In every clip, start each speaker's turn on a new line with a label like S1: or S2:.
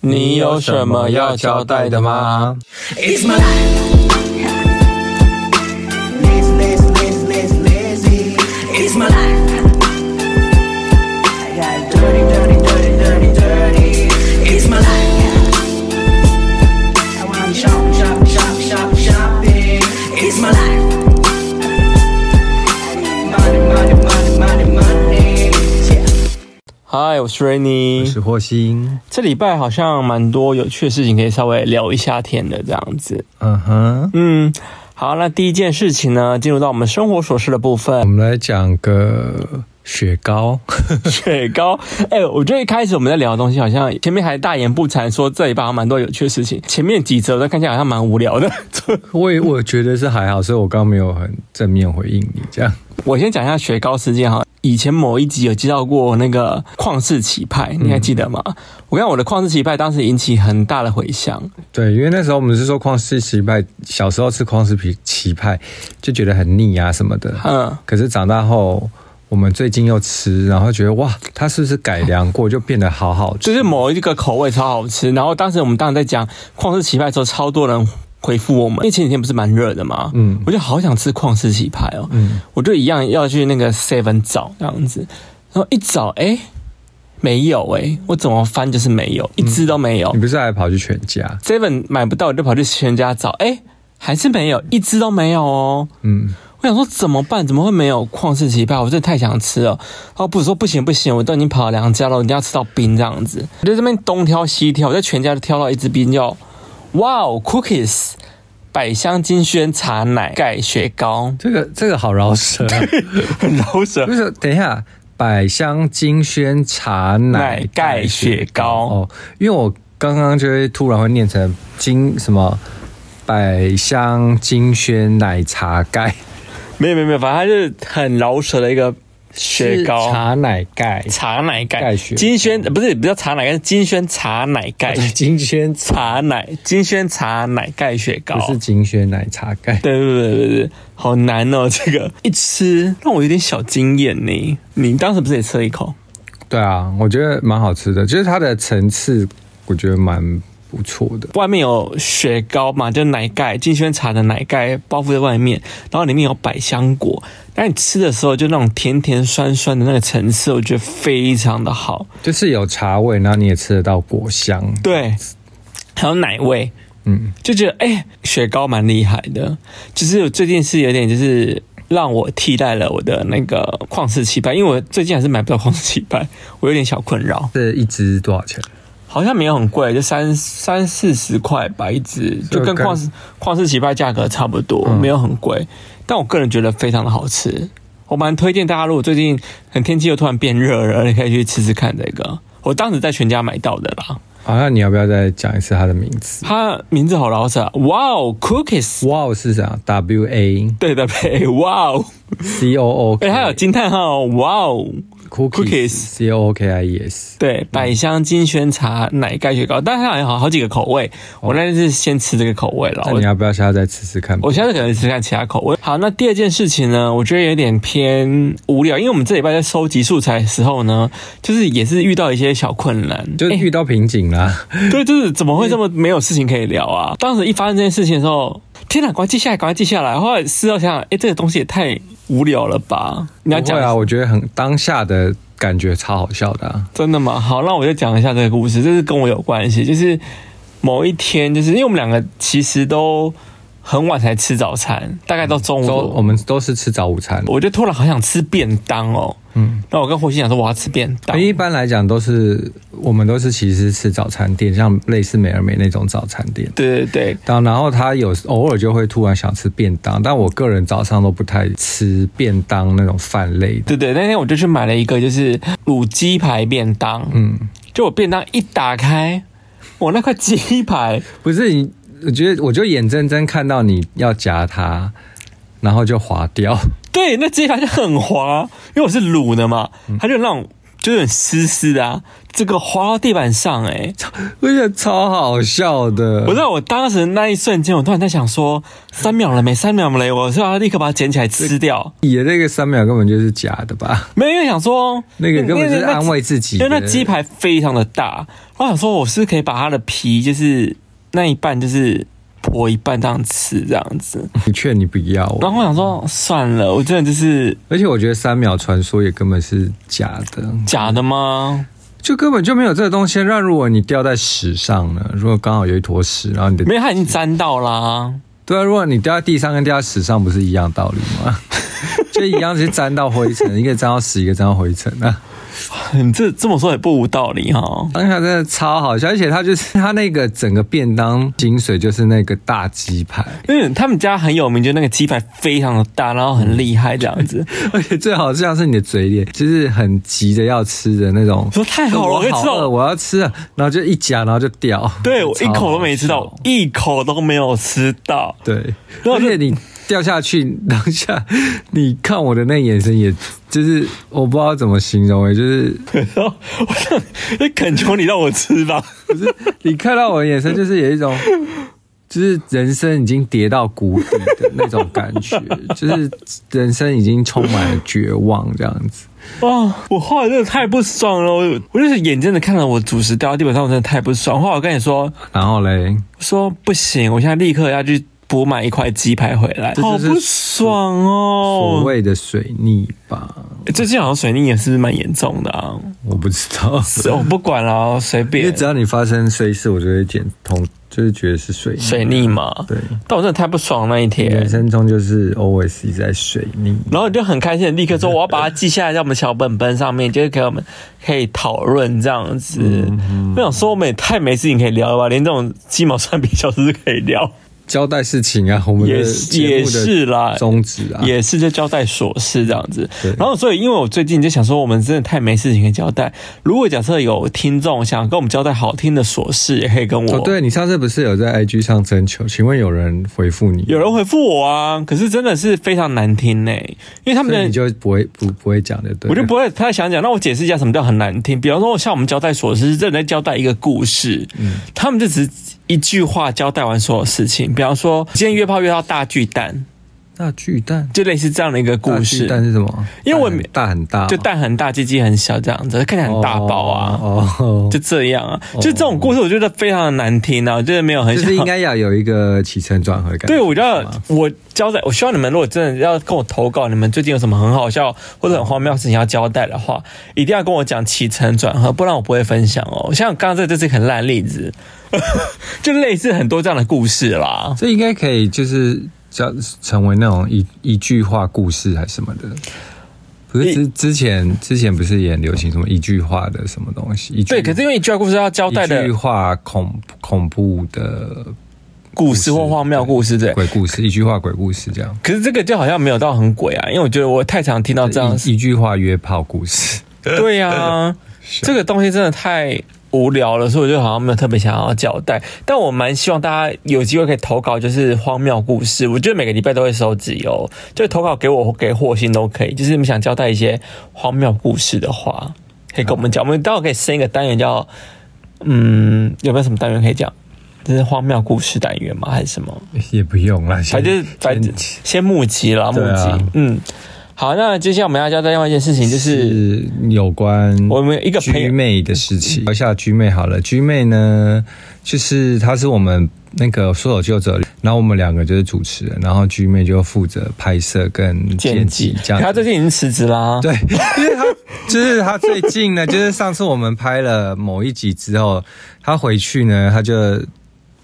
S1: 你有什么要交代的吗？
S2: It's my life. Lazy, lazy, lazy, lazy, lazy. It's my life. I got dirty, dirty, dirty, dirty, dirty. It's my life. I wanna shop, shop, shop, shop, shopping. It's my life. I need money, money, money, money, money. Yeah.
S1: 嗨，我是
S3: 我
S1: Rainy
S3: 是。霍星，
S1: 这礼拜好像蛮多有趣的事情可以稍微聊一下天的这样子。
S3: 嗯哼，
S1: 嗯，好，那第一件事情呢，进入到我们生活琐事的部
S3: 我
S1: 分。
S3: 们来讲个雪糕，
S1: 雪糕，哎、我觉得一开始我们在聊的东西，好像前面还大言不惭说这礼拜好像蛮多有趣的事情，前面几则都看起来好像蛮无聊的。
S3: 我也我觉得是还好，所以我刚刚没有很正面回应你这样。
S1: 我先讲一下雪糕事件哈。以前某一集有介绍过那个旷世奇派，你还记得吗？我看我的旷世奇派当时引起很大的回响，
S3: 对，因为那时候我们是说旷世奇派，小时候吃旷世皮奇派就觉得很腻啊什么的，
S1: 嗯，
S3: 可是长大后。我们最近又吃，然后觉得哇，它是不是改良过就变得好好吃？
S1: 就是某一个口味超好吃。然后当时我们当时在讲旷世奇派的时候，超多人回复我们，因为前几天不是蛮热的嘛，
S3: 嗯
S1: 我就好想吃旷世奇派哦，
S3: 嗯，
S1: 我就一样要去那个 Seven 找这样子，然后一找哎、诶没有哎、诶我怎么翻就是没有，一只都没有。
S3: 你不是还跑去全家？
S1: Seven 买不到，我就跑去全家找，哎、还是没有，一只都没有哦。
S3: 嗯，
S1: 我想说怎么办？怎么会没有旷世奇派？我真的太想吃了。然后不是说不行不行，我都已经跑了两家了，我一定要吃到冰这样子。我在这边东挑西挑，我在全家就挑到一支冰叫哇哦 Cookies 百香金萱茶奶盖雪糕，
S3: 这个这个好饶舌、啊，
S1: 很饶舌
S3: 不。是，等一下，百香金萱茶奶
S1: 奶盖雪糕
S3: 哦，因为我刚刚就会突然会念成金什么百香金萱奶茶盖
S1: 没有没有没有，反正它就是很饶舌的一个雪
S3: 是
S1: 糕。
S3: 茶奶盖，
S1: 茶奶盖
S3: 盖雪啊糕
S1: 金萱呃不是不叫茶奶盖，是金萱茶奶盖
S3: 金萱茶
S1: 茶奶金萱茶奶盖雪糕
S3: 不。是金萱奶茶盖，
S1: 对对对对对，好难哦！这个一吃让我有点小惊艳呢。你当时不是也吃了一口？
S3: 对啊，我觉得蛮好吃的，就是它的层次，我觉得蛮不错的。
S1: 外面有雪糕嘛，就是奶盖金萱茶的奶盖包覆在外面，然后里面有百香果。但你吃的时候就那种甜甜酸酸的那个层次，我觉得非常的好。
S3: 就是有茶味，然后你也吃得到果香。
S1: 对，还有奶味，
S3: 嗯，
S1: 就觉得哎、雪糕蛮厉害的。就是我最近是有点就是让我替代了我的那个旷世奇派，因为我最近还是买不到旷世奇派，我有点小困扰。
S3: 这一支多少钱？
S1: 好像没有很贵，就三三四十块吧一只，就跟
S3: 跟
S1: 旷世旷世奇派价格差不多，
S3: 嗯
S1: 没有很贵。但我个人觉得非常的好吃，我蛮推荐大家，如果最近很天气又突然变热了，你可以去吃吃看这个。我当时在全家买到的啦，
S3: 好，那你要不要再讲一次它的名字？
S1: 它名字好老舍，哇哦，cookies，
S3: 哇哦是啥？W A
S1: 对的呗，哇哦，
S3: C O O，
S1: 哎，它有惊叹号，哇哦，cookies
S3: C O O K I E S，
S1: 对，百香金萱茶奶盖雪糕，但是它好像好好几个口味，我那次先吃这个口味了，
S3: 那
S1: 我
S3: 你要不要下次再吃吃看？
S1: 我现在可能只看其他口味。好，那第二件事情呢，我觉得有点偏无聊，因为我们这礼拜在收集素材的时候呢，就是也是遇到一些小困难，
S3: 就
S1: 诶
S3: 遇到瓶颈啦，
S1: 对，就是怎么会这么没有事情可以聊啊？当时一发生这件事情的时候，天哪，赶快记下来，赶快记下来。后来事后想想，哎、这个东西也太无聊了吧？你要
S3: 不
S1: 讲
S3: 会啊，我觉得很当下的感觉超好笑的、啊。
S1: 真的吗？好，那我就讲一下这个故事，这是跟我有关系，就是某一天，就是因为我们两个其实都很晚才吃早餐，大概到中午
S3: 都
S1: 左右。
S3: 我们都是吃早午餐，
S1: 哦我就突然好想吃便当哦。嗯，那我跟火星讲说我要吃便当。
S3: 一般来讲都是我们都是其实吃早餐店，像类似美而美那种早餐店。
S1: 对对对，
S3: 当然后他有偶尔就会突然想吃便当，但我个人早上都不太吃便当那种饭类的。
S1: 对对，那天我就去买了一个就是卤鸡排便当，
S3: 嗯，
S1: 就我便当一打开，我那块鸡排，
S3: 不是你，我觉得我就眼睁睁看到你要夹它，然后就滑掉。
S1: 对，那鸡排就很滑，因为我是卤的嘛，它就有那种。就有点湿湿的、啊，这个滑到地板上、欸，哎，
S3: 我觉得超好笑的。
S1: 我知道我当时那一瞬间，我突然在想说，三秒了没？三秒了没？我是要立刻把它捡起来吃掉。
S3: 你的那个三秒根本就是假 的吧？
S1: 没有，因为想说
S3: 那个根本就是安慰自己
S1: 因
S3: 的
S1: 为那鸡排非常的大，我想说我是可以把它的皮就是那一半就是剥一半这样吃这样子，
S3: 我劝你不要哦、
S1: 然后我想说算了，我真的就是
S3: 而且我觉得三秒传说也根本是假的，
S1: 假的吗？
S3: 就根本就没有这个东西。那如果你掉在屎上呢？如果刚好有一坨屎，然后你的
S1: 没有，它已经沾到啦。
S3: 对啊，如果你掉在地上跟掉在屎上不是一样道理吗？ 就一样是沾到灰尘，一个沾到屎，一个沾到灰尘啊。
S1: 你 这这么说也不无道理哈、
S3: 当下真的超好笑，而且他就是 他那个整个便当精髓就是那个大鸡排，
S1: 因为他们家很有名，就那个鸡排非常的大，然后很厉害这样子。
S3: 而且最好像是你的嘴脸，就是很急着要吃的那种。
S1: 说太好了，我
S3: 我
S1: 可以吃
S3: 好饿，
S1: 到。
S3: 我要吃啊！然后就一夹，然后就掉。
S1: 对， 我一口都没吃
S3: 超好
S1: 到
S3: 笑，
S1: 一口都没有吃到。
S3: 对，
S1: 然后
S3: 而
S1: 就
S3: 且你掉下去当下， 你看我的那眼神也，就是我不知道怎么形容诶，欸就是
S1: 然后我想，就恳求你让我吃吧。
S3: 你看到我的眼神，就是有一种，就是人生已经跌到谷底的那种感觉，就是人生已经充满了绝望这样子。
S1: 哦，我后来真的太不爽了，我我就是眼睁睁地看着我主食掉到地板上，我真的太不爽。后来我跟你说，
S3: 然后嘞，
S1: 说不行，我现在立刻要去补买一块鸡排回来，
S3: 这
S1: 好
S3: 就是
S1: 不爽哦
S3: 所。谓的水逆吧，
S1: 最近好像水逆也是蛮严重的啊，
S3: 我不知道，
S1: 是我不管了，随
S3: 因为
S1: 便
S3: 只。要你发生衰事，我就会剪通，就是觉得是水逆。
S1: 水逆嘛，
S3: 对，
S1: 但我真的太不爽了那一天
S3: 人，生中就是 always 一直在水逆。
S1: 然后你就很开心，立刻说我要把它记下来，在我们小本本上面，就是给我们可以讨论这样子。
S3: 嗯
S1: 我想说，我们也太没事情可以聊了吧，连这种鸡毛蒜皮小事都可以聊，
S3: 交代事情啊，我们
S1: 也
S3: 的
S1: 是
S3: 节
S1: 也
S3: 目
S1: 是
S3: 的
S1: 啦，
S3: 宗旨啊，
S1: 也是就交代琐事这样子
S3: 对。
S1: 然后所以因为我最近就想说，我们真的太没事情可以交代。如果假设有听众想跟我们交代好听的琐事，也可以跟我。
S3: 哦，对你上次不是有在 IG 上征求，请问有人回复你？
S1: 有人回复我啊，可是真的是非常难听呢、因为他们
S3: 所以
S1: 的
S3: 你就不会不不会讲的，对了？
S1: 我就不会太想讲。那我解释一下什么叫很难听。比方说，像我们交代琐事，是真的在交代一个故事，
S3: 嗯
S1: 他们就只一句话交代完所有事情。比方说，今天约炮约到大巨蛋，
S3: 大巨蛋
S1: 就类似这样的一个故
S3: 大巨蛋
S1: 事，
S3: 是什么？
S1: 因为我也没
S3: 大很大哦，
S1: 就蛋很大，鸡鸡很小，这样子看起来很大包啊。
S3: 哦，哦
S1: 就这样啊，就这种故事，我觉得非常的难听啊，我觉得没有很
S3: 就
S1: 想。
S3: 是应该要有一个起承转合的感觉。
S1: 对，我觉
S3: 是
S1: 得
S3: 吗
S1: 我交代，我希望你们如果真的要跟我投稿，你们最近有什么很好笑或者很荒谬的事情要交代的话，一定要跟我讲起承转合，不然我不会分享哦。像刚刚这这是一个很烂的例子， 就类似很多这样的故事啦。
S3: 这应该可以，就是叫成为那种一一句话故事还是什么的。不是
S1: 一
S3: 之之前之前不是也很流行什么一句话的什么东西？一句
S1: 对，可是因为一句话故事要交代
S3: 嗯一
S1: 的
S3: 句话恐恐怖的
S1: 故事或荒谬故事，对。
S3: 鬼故事，一句话鬼故事这样。
S1: 可是这个就好像没有到很鬼啊，因为我觉得我太常听到这样的事
S3: 一一句话约炮故事，
S1: 对呀、这个东西真的太无聊了，所以我就好像没有特别想要交代。但我蛮希望大家有机会可以投稿，就是荒谬故事。我觉得每个礼拜都会收集哦，就投稿给我给霍心都可以。就是你们想交代一些荒谬故事的话，可以跟我们讲。我们待会可以升一个单元叫嗯，有没有什么单元可以讲？这是荒谬故事单元吗？还是什么？
S3: 也不用啦，
S1: 反正反正先募集了，募
S3: 对
S1: 集。
S3: 啊
S1: 嗯，好，那接下来我们要交代另外一件事情，就是。
S3: 是有关
S1: 我们一个朋
S3: 居
S1: 友，嗯
S3: 妹的事情。聊一下居妹好了，居妹呢，就是她是我们那个说走就走，然后我们两个就是主持人，然后居妹就负责拍摄跟
S1: 剪
S3: 剪
S1: 辑
S3: 辑，这样子。
S1: 他最近已经辞职啦。
S3: 对，因为他就是他最近呢，就是上次我们拍了某一集之后，他回去呢，他就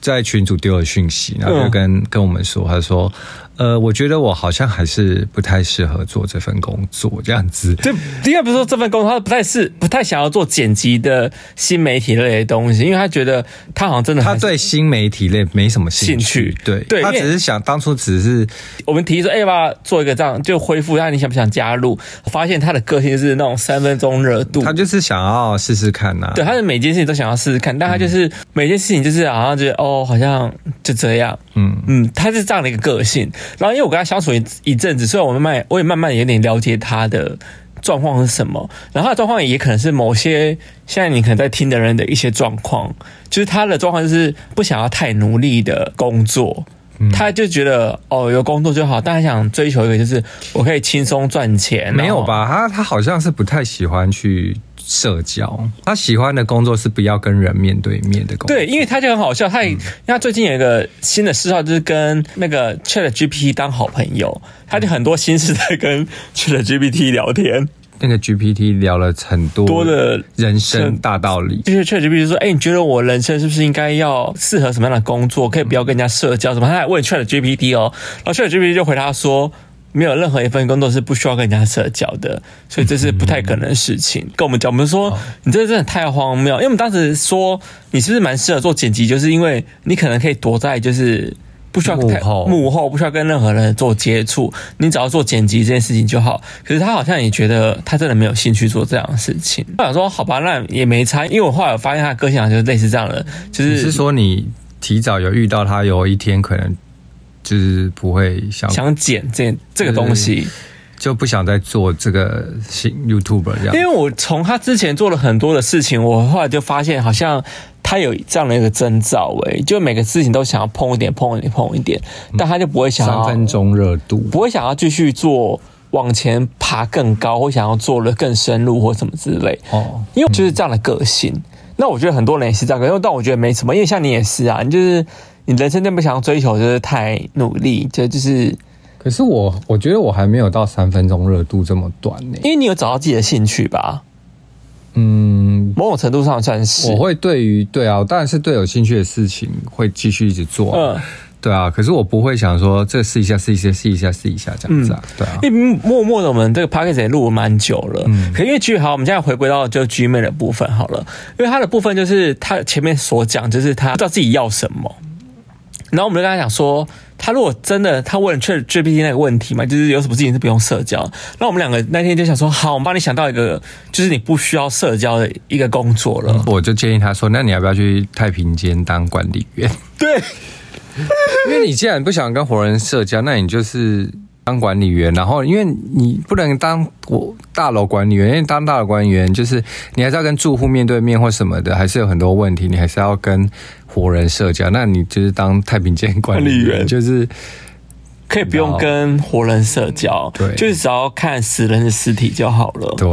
S3: 在群组丢了讯息，然后就跟、跟我们说，他说，呃，我觉得我好像还是不太适合做这份工作，这样 子。
S1: 就应该不是说这份工作，他不太是不太想要做剪辑的新媒体类的东西，因为他觉得他好像真的
S3: 他
S1: 还是
S3: 对新媒体类没什么兴
S1: 兴
S3: 趣，
S1: 趣
S3: 对，
S1: 对
S3: 他
S1: 因为
S3: 只是想当初只是
S1: 我们提议说，哎、要不要做一个这样就恢复一下，你想不想加入？发现他的个性是那种三分钟热度，
S3: 他就是想要试试看呐、
S1: 对他的每件事情都想要试试看，但他就是、
S3: 嗯
S1: 每件事情就是好像觉得哦，好像就这样，
S3: 嗯
S1: 嗯，他是这样的一个个性。然后因为我跟他相处一一阵子，所以我慢慢我也慢慢有点了解他的状况是什么，然后他的状况也可能是某些现在你可能在听的人的一些状况，就是他的状况就是不想要太努力的工作。
S3: 嗯
S1: 他就觉得哦，有工作就好，但他想追求一个就是我可以轻松赚钱。
S3: 没有
S1: 然后？
S3: 吧？他他好像是不太喜欢去社交，他喜欢的工作是不要跟人面对面的工作。
S1: 对，因为他就很好笑，他也，因为他最近有一个新的嗜好，就是跟那个 Chat GPT 当好朋友，他就很多心事在跟 Chat GPT 聊天。
S3: 那个 GPT 聊了很多
S1: 多的
S3: 人生大道理。
S1: 就是 Chat GPT 说，哎、你觉得我人生是不是应该要适合什么样的工作，可以不要跟人家社交什么？他还问 Chat GPT 哦，然后 Chat GPT 就回答说。没有任何一份工作是不需要跟人家社交的，所以这是不太可能的事情。跟我们讲，我们说你这真的太荒谬，因为我们当时说你是不是蛮适合做剪辑，就是因为你可能可以躲在就是不需要
S3: 幕
S1: 太
S3: 后
S1: 幕后不需要跟任何人做接触，你只要做剪辑这件事情就好。可是他好像也觉得他真的没有兴趣做这样的事情。我想说，好吧，那也没差，因为我后来有发现他的个性好像就是类似这样的，就
S3: 只
S1: 是
S3: 是说你提早有遇到他，有一天可能就是不会想
S1: 想剪这这个东西。
S3: 就不想再做这个新 YouTuber 这
S1: 因
S3: 样。
S1: 为我从他之前做了很多的事情，我后来就发现好像他有这样的一个征兆、诶，就每个事情都想要碰一点、碰一点、碰一点，但他就不会想要
S3: 嗯三分钟热度，
S1: 不会想要继续做往前爬更高，或想要做的更深入或什么之类。
S3: 哦，
S1: 因为就是这样的个性。那我觉得很多人也是这样，因为但我觉得没什么，因为像你也是啊，你就是你人生真不想要追求，就是太努力，就就是
S3: 可是我我觉得我还没有到三分钟热度这么短呢、
S1: 因为你有找到自己的兴趣吧，
S3: 嗯，
S1: 某种程度上算是。
S3: 我会对于对啊，我当然是对有兴趣的事情会继续一直做、
S1: 嗯
S3: 对啊。可是我不会想说这试一下，试一下，试一下，试一下这样子啊，
S1: 嗯
S3: 对啊。
S1: 因为默默的，我们这个 p a c k a g e 也录了蛮久了。可因为 G 好，我们现在回归到就 Gmail 的部分好了，因为他的部分就是他前面所讲，就是他不知道自己要什么。然后我们就跟他讲说，他如果真的他问 Chat GPT 那个问题嘛，就是有什么事情是不用社交。那我们两个那天就想说，好，我们帮你想到一个，就是你不需要社交的一个工作了。
S3: 我就建议他说：“那你要不要去太平间当管理员？
S1: 对，
S3: 因为你既然不想跟活人社交，那你就是当管理员。然后，因为你不能当我大楼管理员，因为当大楼管理员就是你还是要跟住户面对面或什么的，还是有很多问题，你还是要跟活人社交。那你就是当太平间管理
S1: 管理员
S3: 员， 就是
S1: 可以不用跟活人社交，
S3: 对
S1: 就是只要看死人的尸体就好了。
S3: 对。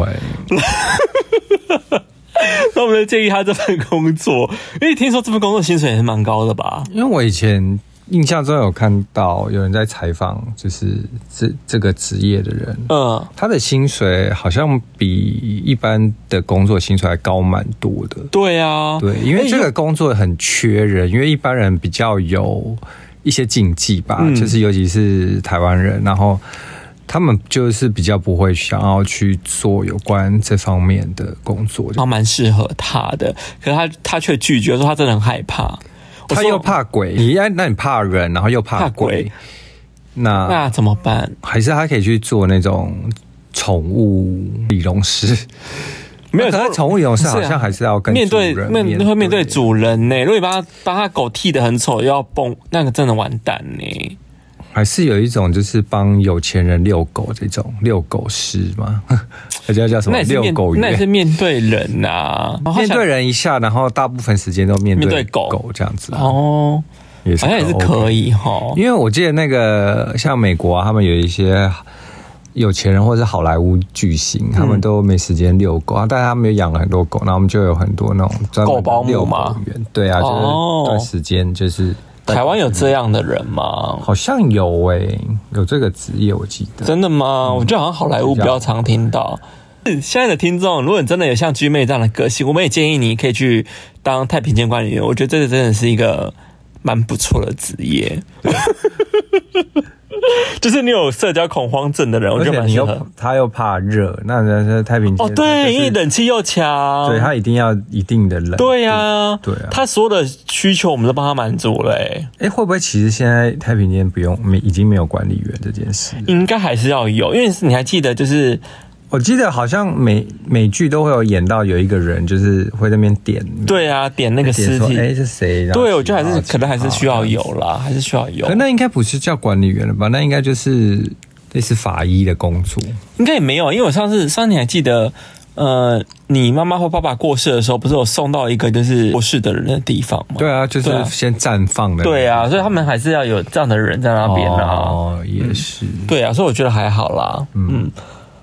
S1: 那我们就建议他这份工作，因为听说这份工作薪水也是蛮高的吧？
S3: 因为我以前印象中有看到有人在采访，就是这这个职业的人，
S1: 嗯，
S3: 他的薪水好像比一般的工作薪水还高蛮多的。
S1: 对啊，
S3: 对，因为
S1: 哎
S3: 这个工作很缺人，因为一般人比较有一些禁忌吧，
S1: 嗯
S3: 就是尤其是台湾人，然后他们就是比较不会想要去做有关这方面的工作，
S1: 他蛮适合他的，可是他他却拒绝说他真的很害怕，我
S3: 他
S1: 说嗯
S3: 又怕鬼，你哎，那你怕人，然后又怕
S1: 怕
S3: 鬼，
S1: 鬼，
S3: 那
S1: 那怎么办？
S3: 还是他可以去做那种宠物理容师。
S1: 没有
S3: 可
S1: 他
S3: 是宠物理容师
S1: 是啊
S3: 好像还是要跟
S1: 面对
S3: 主人
S1: 面会面对主人呢、如果你把他把他狗剃得很丑，又要崩，那个真的完蛋呢、
S3: 还是有一种就是帮有钱人遛狗这种遛狗师 嘛，而且叫什
S1: 那
S3: 么
S1: 也是
S3: 遛
S1: 面
S3: 狗
S1: 那也是
S3: 员。
S1: 面对人呐、啊，然后他
S3: 面
S1: 想
S3: 对人一下，然后大部分时间都面
S1: 面对
S3: 对
S1: 狗
S3: 狗这样子啊，
S1: 哦，
S3: 也
S1: 好像也是
S3: OK
S1: 可以哈。
S3: 因为我记得那个像美国啊，他们有一些有钱人或是好莱坞巨星，他
S1: 嗯
S3: 们都没时间遛狗啊，但他们也养了很多狗，然后我们就有很多那种专门
S1: 狗保姆
S3: 遛
S1: 吗
S3: 狗员，对啊，就是
S1: 哦
S3: 段时间就是
S1: 台湾有这样的人吗？
S3: 好像有诶、有这个职业我记得，
S1: 嗯真的吗？我觉得好像好莱坞比较常听到。是现在的听众，如果你真的有像 G 妹这样的个性，我们也建议你可以去当太平间管理员。我觉得这个真的是一个蛮不错的职业。 就是你有社交恐慌症的人，我
S3: 而
S1: 觉得
S3: 且
S1: 蛮
S3: 你
S1: 适
S3: 又
S1: 合。
S3: 他又怕热，那人家太平间
S1: 哦，
S3: 他就是
S1: 对，因为冷气又强。
S3: 对他一定要一定的冷。
S1: 对呀、
S3: 对啊
S1: 他所有的需求我们都帮他满足了、欸，
S3: 哎、会不会其实现在太平间不用没已经没有管理员这件事？
S1: 应该还是要有，因为你还记得就是
S3: 我记得好像美美剧都会有演到有一个人就是会在那边点
S1: 对啊，点那个
S3: 点
S1: 尸
S3: 说
S1: 体，
S3: 哎、是谁？然后
S1: 对，我觉得还是
S3: 几号
S1: 可能还是需要。
S3: 几号
S1: 有啦，还是需要有
S3: 可。那应该不是叫管理员了吧？那应该就是类似法医的工作。
S1: 应该也没有，因为我上次上次你还记得，呃，你妈妈或爸爸过世的时候，不是有送到一个就是过世的人的地方吗？
S3: 对啊，就是
S1: 对啊
S3: 先绽放的。
S1: 对啊，所以他们还是要有这样的人在那边啊。
S3: 哦，也是。
S1: 对啊，所以我觉得还好啦。嗯，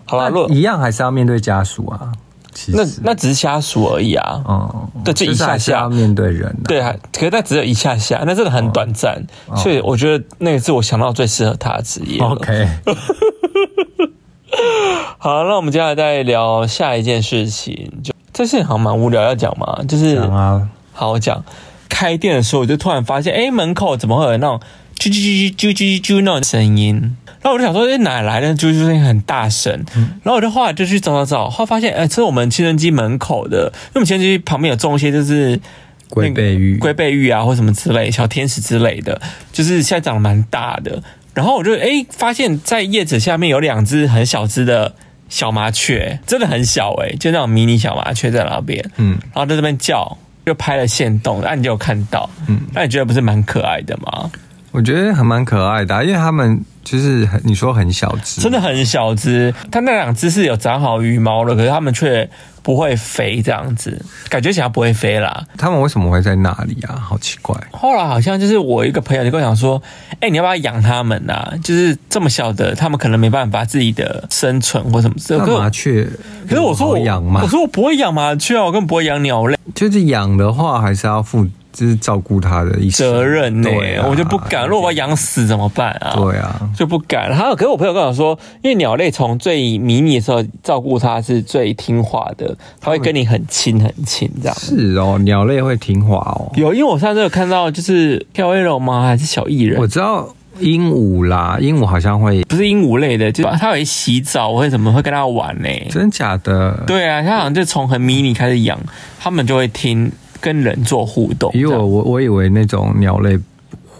S1: 好啦，若
S3: 一样还是要面对家属啊。其
S1: 那
S3: 实，
S1: 那只是瞎数而已啊。
S3: 哦，
S1: 对这一
S3: 就是
S1: 下
S3: 还是
S1: 下
S3: 要面对人啊。
S1: 对，还可是那只有一下下，那真的很短暂，所以我觉得那个是我想到最适合他的职业了。
S3: 哦，OK，
S1: 好，那我们接下来再聊下一件事情，就这事情好像蛮无聊要讲嘛，就是
S3: 讲啊，
S1: 好我讲开店的时候，我就突然发现，哎、门口怎么会有那种啾啾啾啾啾啾啾那种声音？然后我就想说，哎、哪来的啾啾声音很大声？然后我就后来就去找找找，后来发现，哎、这是我们清真机门口的，因为我们清真机旁边有种一些就是。
S3: 龟背玉，
S1: 龟背玉啊，或什么之类，小天使之类的，就是现在长得蛮大的。然后我就诶发现，在叶子下面有两只很小只的小麻雀，真的很小诶，就那种迷你小麻雀在那边，
S3: 嗯，
S1: 然后在这边叫，就拍了线动，那、你就有看到，嗯，那你觉得不是蛮可爱的吗？
S3: 我觉得还蛮可爱的啊、因为他们就是很你说很小只，
S1: 真的很小只，它那两只是有长好羽毛了，可是它们却不会飞，这样子感觉起来不会飞啦。
S3: 他们为什么会在那里啊？好奇怪。
S1: 后来好像就是我一个朋友就跟我讲说，哎、你要不要养它们呐、啊就是这么小的，它们可能没办法自己的生存或什么之类呃的。可
S3: 那
S1: 是
S3: 麻
S1: 我
S3: 雀，
S1: 可是我说我
S3: 好养嘛
S1: 我，说我不会养麻雀啊，我根本不会养鸟类，
S3: 就是养的话还是要负，就是照顾它的一生
S1: 责任呢、
S3: 对啊
S1: 我就不敢。如果我要养死怎么办啊？
S3: 对啊，
S1: 就不敢。还有，可是我朋友跟我说，因为鸟类从最迷你的时候照顾它是最听话的，它会跟你很亲很亲这样。
S3: 是哦，鸟类会听话哦。
S1: 有，因为我上次有看到，就是飘飞龙吗？还是小艺人？
S3: 我知道鹦鹉啦，鹦鹉好像会，
S1: 不是鹦鹉类的，就是它会洗澡，会怎么会跟它玩呢、
S3: 真假的？，
S1: 对啊，它好像就从很迷你开始养，它们就会听跟人做互动。
S3: 因为
S1: 这
S3: 我
S1: 样
S3: 我我以为那种鸟类不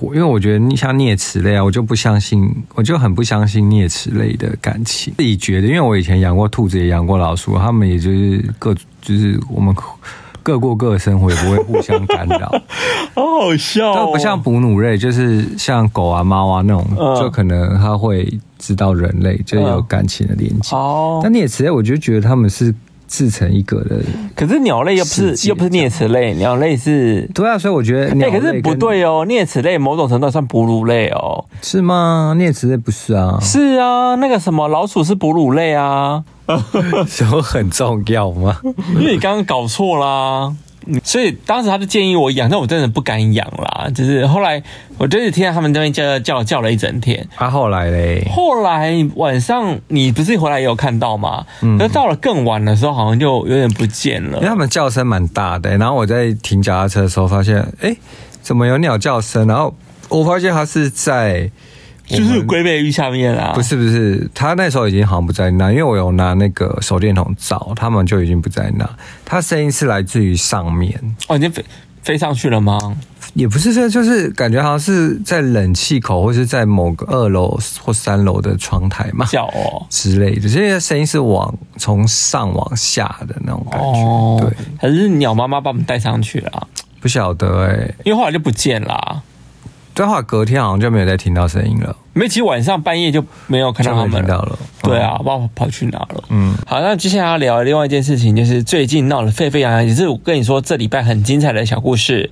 S3: 会，因为我觉得你像啮齿类啊，我就不相信，我就很不相信啮齿类的感情。自己觉得，因为我以前养过兔子，也养过老鼠，它们也就是各就是我们各过各的生活，也不会互相干 扰。
S1: 好好笑、
S3: 但
S1: 哦，
S3: 不像哺乳类，就是像狗啊、猫啊那种，
S1: 嗯
S3: 就可能它会知道人类，就是有感情的连接。
S1: 哦
S3: 但，啮齿类，我就觉得它们是自成一格的。
S1: 可是鸟类又不
S3: 世
S1: 是
S3: 界
S1: 又不是啮齿类，鸟类是。
S3: 对啊，所以我觉得
S1: 哎、
S3: 鸟类
S1: 可
S3: 跟、
S1: 是不对哦，啮齿类某种程度算哺乳类哦。
S3: 是吗？啮齿类不是啊，
S1: 是啊，那个什么老鼠是哺乳类啊，
S3: 什么很重要 吗？
S1: 因为你刚刚搞错啦。嗯所以当时他就建议我养，但我真的不敢养啦。就是后来我就是听到他们那边叫叫叫了一整天，
S3: 啊，后来嘞，
S1: 后来晚上你不是回来也有看到吗？嗯，可是到了更晚的时候，好像就有点不见
S3: 因为
S1: 了。
S3: 他们叫声蛮大的、然后我在停脚踏车的时候发现，哎、怎么有鸟叫声？然后我发现它是在。
S1: 就是龟背玉下面啊，
S3: 不是不是，他那时候已经好像不在那，因为我有拿那个手电筒照，他们就已经不在那。他声音是来自于上面，
S1: 哦，已经飞飞上去了吗？
S3: 也不是这，就是感觉好像是在冷气口，或是在某个二楼或三楼的窗台嘛
S1: 叫哦，
S3: 之类的。这些声音是往从上往下的那种感觉，
S1: 哦
S3: 对，，
S1: 还是鸟妈妈把我们带上去了，
S3: 不晓得哎、欸。
S1: 因为后来就不见啊啦。
S3: 但后来隔天好像就没有再听到声音了，
S1: 没，其实晚上半夜就没有看
S3: 就
S1: 到他
S3: 没有
S1: 们
S3: 听到了。哦
S1: 对啊，不知道跑去哪了。
S3: 嗯，
S1: 好，那接下来要聊另外一件事情，就是最近闹得沸沸扬扬，也是我跟你说这礼拜很精彩的小故事，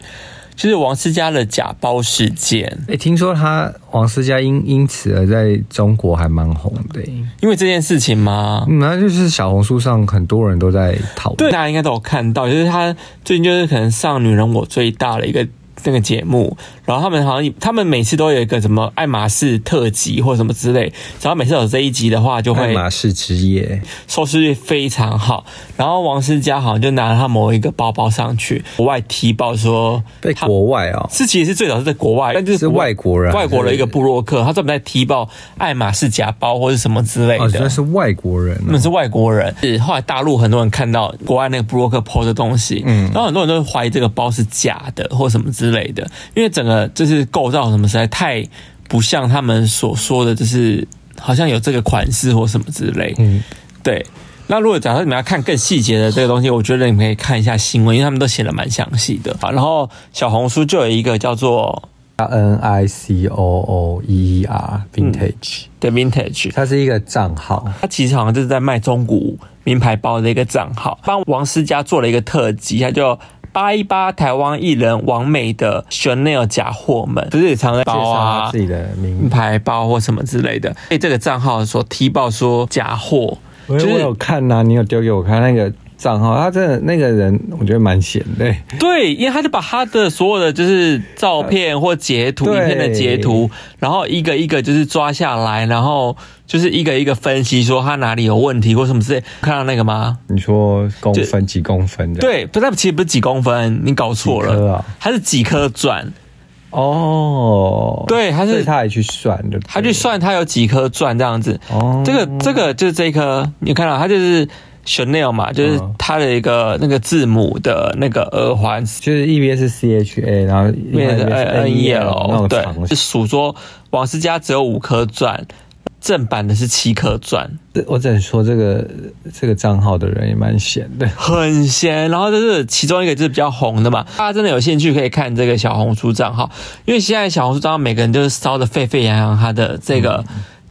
S1: 就是王思佳的假包事件。
S3: 哎、听说他王思佳因因此而在中国还蛮红的欸、
S1: 因为这件事情吗？
S3: 嗯，那就是小红书上很多人都在讨论。
S1: 对，大家应该都有看到，就是他最近就是可能上《女人我最大》的一个那个节目，然后他们好像他们每次都有一个什么爱马仕特辑或什么之类，只要每次有这一集的话，就
S3: 爱
S1: 会
S3: 马仕之夜，
S1: 收视率非常好。然后王思佳好像就拿了他某一个包包上去国外踢爆说
S3: 被
S1: 他
S3: 国外哦，
S1: 是其实是最早是在国外，但就是
S3: 外国人还是
S1: 外国的一个布洛克，他专门在踢爆爱马仕夹包或是什么之类
S3: 哦，
S1: 的。
S3: 那是外国人
S1: 他
S3: 哦、
S1: 们是外国人，是后来大陆很多人看到国外那个布洛克 PO 的东西，嗯，然后很多人都怀疑这个包是假的或什么之类的，因为整个就是构造什么实在太不像他们所说的，就是好像有这个款式或什么之类，嗯，对。那如果假设你们要看更细节的这个东西，我觉得你们可以看一下新闻，因为他们都写的蛮详细的。啊然后小红书就有一个叫做
S3: N I C O O E E R Vintage，、
S1: 对 Vintage，
S3: 它是一个账号。
S1: 他其实好像就是在卖中古名牌包的一个账号，帮王思佳做了一个特辑，他就扒一扒台湾艺人王美的 Chanel 假货们，不是也常在
S3: 介
S1: 包
S3: 绍他
S1: 啊
S3: 自、己的名
S1: 名
S3: 牌，
S1: 牌包或什么之类的，哎被这个账号所踢爆说假货，
S3: 我
S1: 就
S3: 我有
S1: 是
S3: 看呐、你有丢给我看那个账号，他真的那个人我觉得蛮闲的、
S1: 对，因为他就把他的所有的就是照片或截图、
S3: 对
S1: 影片的截图，然后一个一个就是抓下来，然后就是一个一个分析说他哪里有问题或什么之类，看到那个吗？
S3: 你说公分几公分的？，
S1: 对，不是，其实不是几公分，你搞错
S3: 几颗
S1: 了，
S3: 啊
S1: 它是几颗钻，
S3: 哦，
S1: 对他是
S3: 所以他还去算的，
S1: 他去算它有几颗钻这样子。
S3: 哦
S1: 这个这个就是这一颗，你有看啊到它就是 Chanel 嘛，就是
S3: 嗯
S1: 它的一个那个字母的那个耳环，
S3: 就是一边是 C H A，然后一
S1: 面
S3: 边是
S1: 的 N
S3: E
S1: E
S3: L 那
S1: L，
S3: 种
S1: 对
S3: 长，
S1: 是数说王思佳只有五颗钻，正版的是七颗钻，
S3: 这我只能说这个这个账号的人也蛮闲的。
S1: 很闲。然后就是其中一个就是比较红的嘛，大家真的有兴趣可以看这个小红书账号，因为现在小红书账号每个人都是烧的沸沸扬扬，他的这个。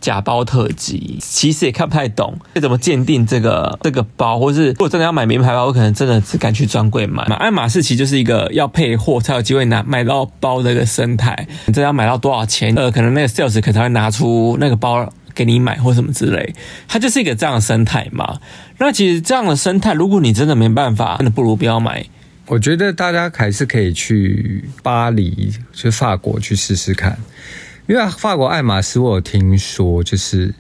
S1: 假包特辑其实也看不太懂，要怎么鉴定这个这个包，或是如果真的要买名牌包，我可能真的只敢去专柜买。买爱马仕其实就是一个要配货才有机会拿买到包的一个生态，你真的要买到多少钱，呃，可能那个 sales 可能才会拿出那个包给你买或什么之类，它就是一个这样的生态嘛。那其实这样的生态，如果你真的没办法，真的不如不要买。
S3: 我觉得大家还是可以去巴黎，就是法国去试试看，因为法国爱马仕我有听说，就是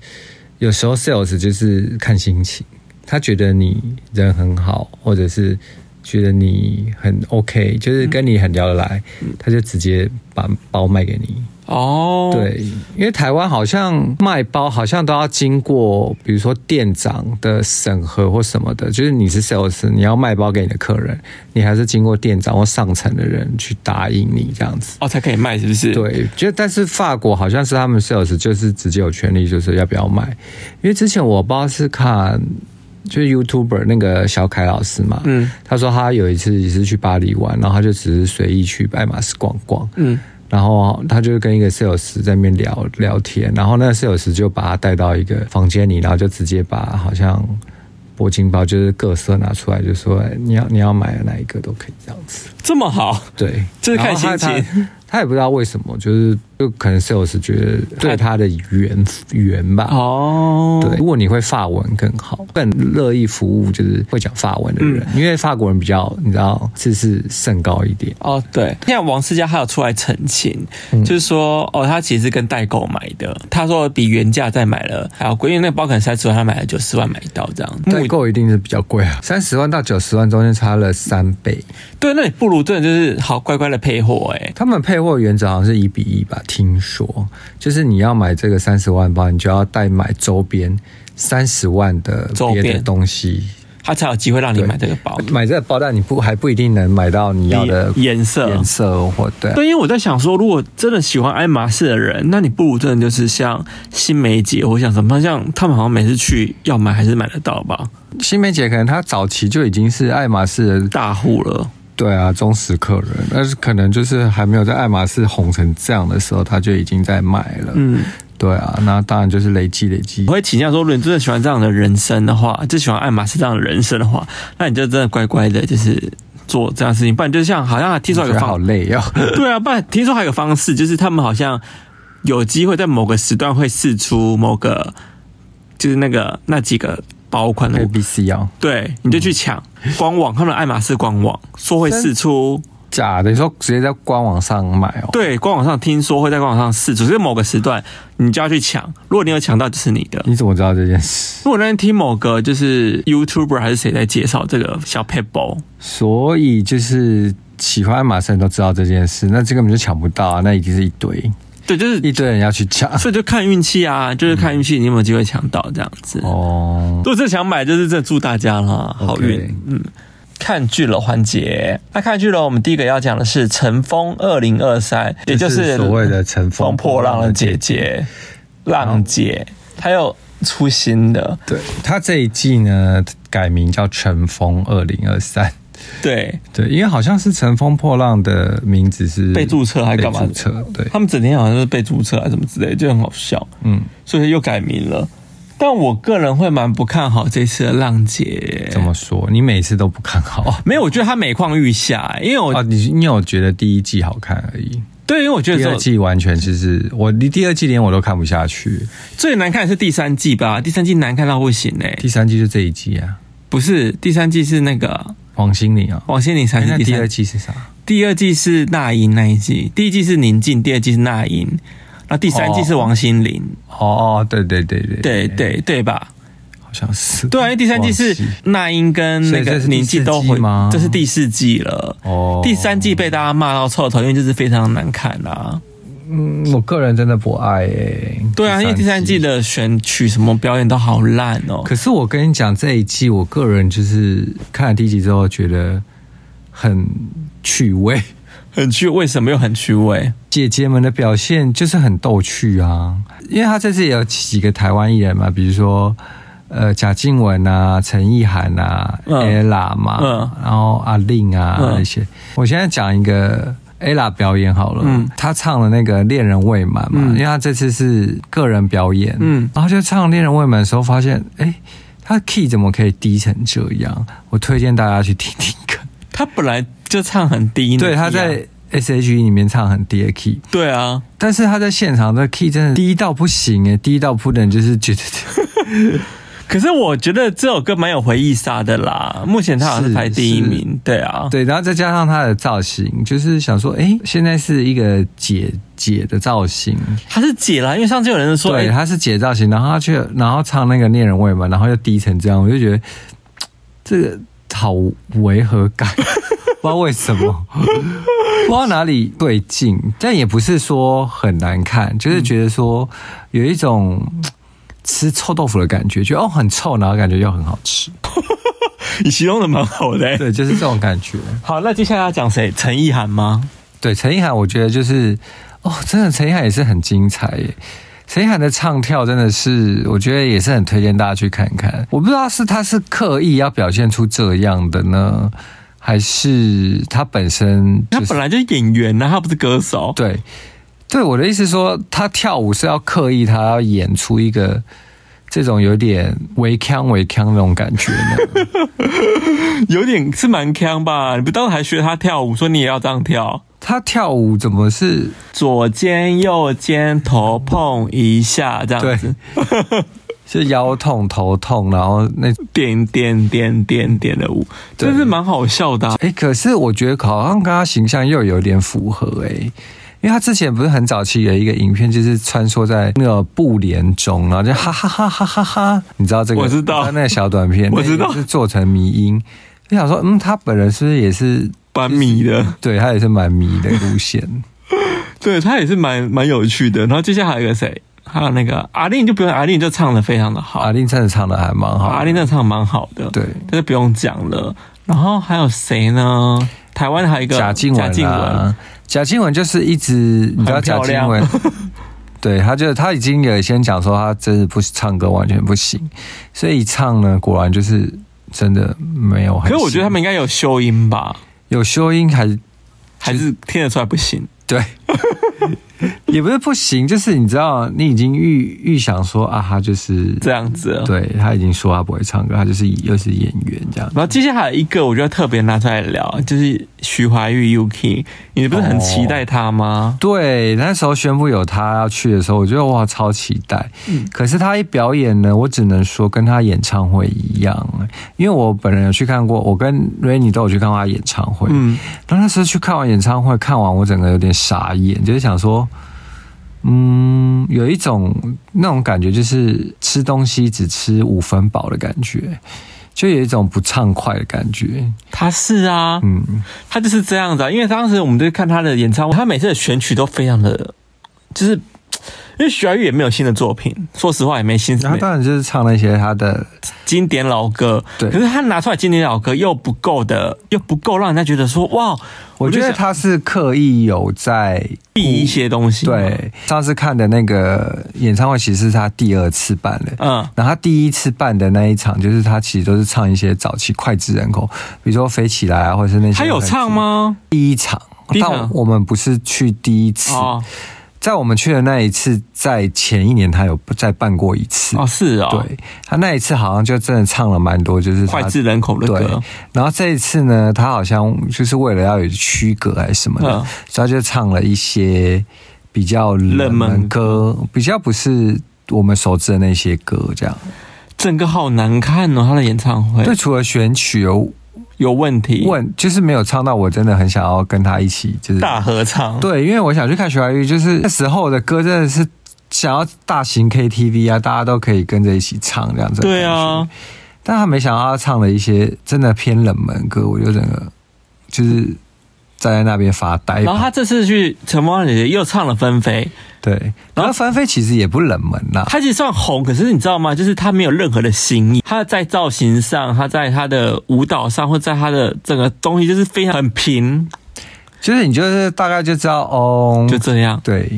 S3: 有时候 sales 就是看心情，他觉得你人很好，或者是觉得你很 OK，就是跟你很聊得来，他就直接把包卖给你。
S1: 哦，，
S3: 对，因为台湾好像卖包好像都要经过，比如说店长的审核或什么的，就是你是 sales，你要卖包给你的客人，你还是经过店长或上层的人去答应你这样子。
S1: 哦才可以卖，是不是？，
S3: 对，就但是法国好像是他们 sales 就是直接有权利，就是要不要卖。因为之前我不知道是看就是 YouTuber 那个小凯老师嘛，
S1: 嗯
S3: 他说他有一次也是去巴黎玩，然后他就只是随意去爱马仕逛逛，
S1: 嗯，
S3: 然后他就跟一个 sales 在那边聊聊天，然后那个 sales 就把他带到一个房间里，然后就直接把好像铂金包就是各色拿出来，就说哎你要你要买哪一个都可以这样子。
S1: 这么好，
S3: 对，
S1: 就是看
S3: 然后
S1: 心
S3: 他
S1: 情
S3: 他。他也不知道为什么，就是就可能 sales 觉得对他的缘缘吧。
S1: 哦，
S3: 对，如果你会法文更好，更乐意服务就是会讲法文的人，
S1: 嗯
S3: 因为法国人比较你知道自视甚高一点。
S1: 哦，对，现在王思佳还有出来澄清，
S3: 嗯
S1: 就是说，哦，他其实是跟代购买的，他说比原价再买了还要贵，因为那个包可能三十万，他买了九十万买到这样。
S3: 代
S1: 目
S3: 购一定是比较贵啊，三十万到九十万中间差了三倍。
S1: 对，那你不如真的就是好乖乖的配货哎、
S3: 他们配货原则好像是一比一吧？听说就是你要买这个三十万包，你就要再买周边三十万的
S1: 周
S3: 别的
S1: 边
S3: 东西。
S1: 他才有机会让你
S3: 对
S1: 买这个包。
S3: 买这个包，但你不还不一定能买到你要的
S1: 颜颜色
S3: 颜色或对啊。
S1: 对，因为我在想说，如果真的喜欢爱马仕的人，那你不如真的就是像新梅姐或像什么，像他们好像每次去要买还是买得到吧，
S3: 新梅姐可能她早期就已经是爱马仕的
S1: 大户了。
S3: 对啊忠实客人，但是可能就是还没有在爱马仕红成这样的时候，她就已经在买了。
S1: 嗯，
S3: 对啊，那当然就是累积累积
S1: 我。会倾向说，如果你真的喜欢这样的人生的话，就喜欢爱马仕这样的人生的话，那你就真的乖乖的，就是做这样的事情。不然就像好像听说
S3: 我
S1: 有
S3: 觉
S1: 个
S3: 得好
S1: 方，
S3: 累哦。
S1: 对啊，不然听说还有个方式，就是他们好像有机会在某个时段会试出某个，就是那个那几个包款的
S3: A B C 哦，
S1: 对，你就去抢官网，他们的爱马仕官网说会试出，
S3: 假嗯的，你说直接在官网上买哦。
S1: 对，官网上听说会在官网上试出，就是某个时段你就要去抢，如果你有抢到就是你的。
S3: 你怎么知道这件事？
S1: 因为我那天听某个就是 YouTuber 还是谁在介绍这个小 Pebble，
S3: 所以就是喜欢爱马仕的人都知道这件事，那这根本就抢不到啊，那一定是一堆
S1: 对，就是
S3: 一堆人要去抢。
S1: 所以就看运气啊，就是看运气你有没有机会抢到这样子。
S3: 哦
S1: 如，果真的想买，就是真的祝大家啦，好
S3: OK
S1: 运。嗯，看剧了环节，那看剧了，我们第一个要讲的是《乘风二零二三》，也就是
S3: 所谓的乘风
S1: 风破浪的姐
S3: 姐。
S1: 姐，浪姐，她又出新的，
S3: 对，他这一季呢改名叫《乘风二零二三》，
S1: 对，
S3: 对，因为好像是《乘风破浪》的名字是
S1: 被注册还干嘛的
S3: 被注册对，
S1: 他们整天好像就是被注册啊什么之类，就很好笑。
S3: 嗯，
S1: 所以又改名了。但我个人会蛮不看好这次的浪姐，
S3: 怎么说？你每次都不看好
S1: 没有？我觉得她每况愈下，因为我、
S3: 啊？你你有觉得第一季好看而已，
S1: 对，因为我觉得
S3: 第
S1: 说
S3: 二季完全就是我你第二季连我都看不下去，
S1: 最难看的是第三季吧，第三季难看到不行哎、
S3: 第三季就这一季啊，
S1: 不是第三季是那个
S3: 王心凌啊，
S1: 王心凌才
S3: 哎
S1: 哦是
S3: 那
S1: 第
S3: 第
S1: 三
S3: 二季是啥？
S1: 第二季是那英那一季，第一季是宁静，第二季是那英，然后第三季是王心凌，
S3: 哦哦，对对对对
S1: 对，对对吧？
S3: 好像是
S1: 对啊，因为第三季是
S3: 忘记
S1: 那英跟那
S3: 所以这
S1: 个
S3: 是第
S1: 宁
S3: 四季
S1: 静都回
S3: 吗，
S1: 这是第四季了。
S3: 哦
S1: 第三季被大家骂到臭头，因为就是非常难看啊。
S3: 嗯，我个人真的不爱诶、
S1: 对啊，因为第三季。的选曲什么表演都好烂哦。
S3: 可是我跟你讲，这一季我个人就是看了第一集之后，觉得很趣味。
S1: 很趣，为什么又很趣味？
S3: 姐姐们的表现就是很逗趣啊，因为他这次也有几个台湾艺人嘛，比如说呃贾静雯啊、陈意涵啊、
S1: 嗯
S3: ella 嘛，
S1: 嗯
S3: 然后阿令啊、
S1: 嗯
S3: 那些。我现在讲一个 ella 表演好了，
S1: 嗯
S3: 她唱了那个《恋人未满》嘛，因为她这次是个人表演，
S1: 嗯
S3: 然后就唱《恋人未满》的时候发现，哎、她 key 怎么可以低成这样？我推荐大家去听听看。
S1: 他本来就唱很低呢，
S3: 对，她
S1: 一样
S3: 在 S.H.E 里面唱很低的 key，
S1: 对啊，
S3: 但是他在现场的 key 真的低到不行诶，低到不能就是觉得
S1: 可是我觉得这首歌蛮有回忆杀的啦，目前它好像是排第一名，对啊，
S3: 对，然后再加上他的造型，就是想说，诶，现在是一个姐姐的造型，
S1: 它是解啦，因为上次有人说，
S3: 对，
S1: 哎
S3: 她是姐造型，然后她却然后唱那个恋人未满，然后又低成这样，我就觉得嘖这个好违和感，不知道为什么，不知道哪里对劲，但也不是说很难看，就是觉得说有一种。嘖吃臭豆腐的感觉，觉得哦很臭，然后感觉又很好吃，
S1: 你形容的蛮好的、欸。
S3: 对，就是这种感觉。
S1: 好，那接下来要讲谁？陈意涵吗？
S3: 对，陈意涵，我觉得就是哦，真的陈意涵也是很精彩耶。陈意涵的唱跳真的是，我觉得也是很推荐大家去看看。我不知道是他是刻意要表现出这样的呢，还是他本身
S1: 他
S3: 就是
S1: 本来就是演员呐、啊，他不是歌手。
S3: 对对我的意思是说，他跳舞是要刻意，他要演出一个这种有点微腔微腔那种感 觉呢。
S1: 有点是蛮坑吧？你不当时还学他跳舞，说你也要这样跳，
S3: 他跳舞怎么是
S1: 左肩右肩头碰一下这样子，
S3: 是腰痛头痛，然后那
S1: 点点点点点的舞，
S3: 对
S1: 真是蛮好笑的啊、
S3: 哎、可是我觉得好像跟他形象又有点符合哎、因为他之前不是很早期有一个影片，就是穿梭在那个布帘中，然后就哈哈哈哈哈哈，你知道这个？
S1: 我知道
S3: 你那个小短片，
S1: 我知道
S3: 那也是做成迷音。就想说，嗯，他本人是不是也是
S1: 蛮迷的，
S3: 对他也是蛮迷的路线？
S1: 对他也是蛮蛮有趣的。然后接下来还有一个谁？还有那个阿令就不用，阿令就唱的非常的 好，
S3: 阿令真的唱的还蛮好的，
S1: 阿令那唱得蛮好的，
S3: 啊对
S1: 这就不用讲了。然后还有谁呢？台湾还有一个
S3: 贾静
S1: 贾
S3: 雯
S1: 静雯
S3: 啊，贾静雯就是一直你知道
S1: 很
S3: 贾
S1: 漂
S3: 静
S1: 亮
S3: 雯， 对，她就她已经有先讲说她真的不唱歌完全不行，所以一唱呢果然就是真的没有很
S1: 可
S3: 行。
S1: 是我觉得他们应该有修音吧，
S3: 有修音还
S1: 还是听得出来不行？
S3: 对，也不是不行，就是你知道你已经预预想说啊，她就是
S1: 这样子了。
S3: 对她已经说她不会唱歌，她就是又是演员这样。
S1: 然后接下来一个，我觉得特别拿出来聊，就是徐怀钰 Yuki，你不是很期待他
S3: 哦
S1: 吗？
S3: 对，那时候宣布有他要去的时候，我觉得哇，超期待。可是他一表演呢，我只能说跟他演唱会一样，因为我本人有去看过，我跟 Rainy 都有去看过他演唱会。
S1: 嗯，
S3: 然后那时候去看完演唱会，看完我整个有点傻眼，就是想说，嗯，有一种那种感觉，就是吃东西只吃五分饱的感觉，就有一种不畅快的感觉。
S1: 他是啊，
S3: 嗯，
S1: 他就是这样子啊。因为当时我们在看他的演唱会，他每次的选曲都非常的，就是因为徐怀钰也没有新的作品，说实话也没新
S3: 他当然就是唱那些他的，
S1: 经典老歌，
S3: 对
S1: 可是他拿出来经典老歌又不够的，又不够让人家觉得说哇，
S3: 我觉
S1: 就
S3: 得
S1: 想
S3: 他是刻意有在
S1: 避一些东西，，
S3: 对，上次看的那个演唱会，其实是他第二次办的。
S1: 嗯
S3: 然后他第一次办的那一场，就是他其实都是唱一些早期脍炙人口，比如说《飞起来》啊，或者是那些。
S1: 他有唱？吗？
S3: 第一场，
S1: 第一场
S3: 但我们不是去第一次，
S1: 哦
S3: 在我们去的那一次，在前一年他有再办过一次。
S1: 哦是哦，，
S3: 对他那一次好像就真的唱了蛮多，就是他
S1: 脍炙人口的
S3: 对
S1: 歌，，
S3: 然后这一次呢，他好像就是为了要有区隔还是什么的，
S1: 嗯
S3: 所以他就唱了一些比较冷门歌，比较不是我们熟知的那些歌这样。
S1: 整个好难看哦，他的演唱会
S3: 对，除了选曲有
S1: 有问题，
S3: 问，就是没有唱到我真的很想要跟他一起，就是
S1: 大合唱，
S3: 对，因为我想去看徐怀钰，就是那时候的歌真的是想要大型 KTV 啊，大家都可以跟着一起唱这样子。
S1: 对啊，，
S3: 但他没想到他唱了一些真的偏冷门歌，我就整个就是站在那边发呆。
S1: 然后他这次去陈芳姐姐又唱了《纷飞》，
S3: 对，然
S1: 然
S3: 后
S1: 后
S3: 翻飞其实也不冷门啦、
S1: 他其实算红，可是你知道吗？就是他没有任何的新意，他在造型上，他在他的舞蹈上，或在他的整个东西就是非常很平，
S3: 就是你就是大概就知道哦，
S1: 就这样。
S3: 对，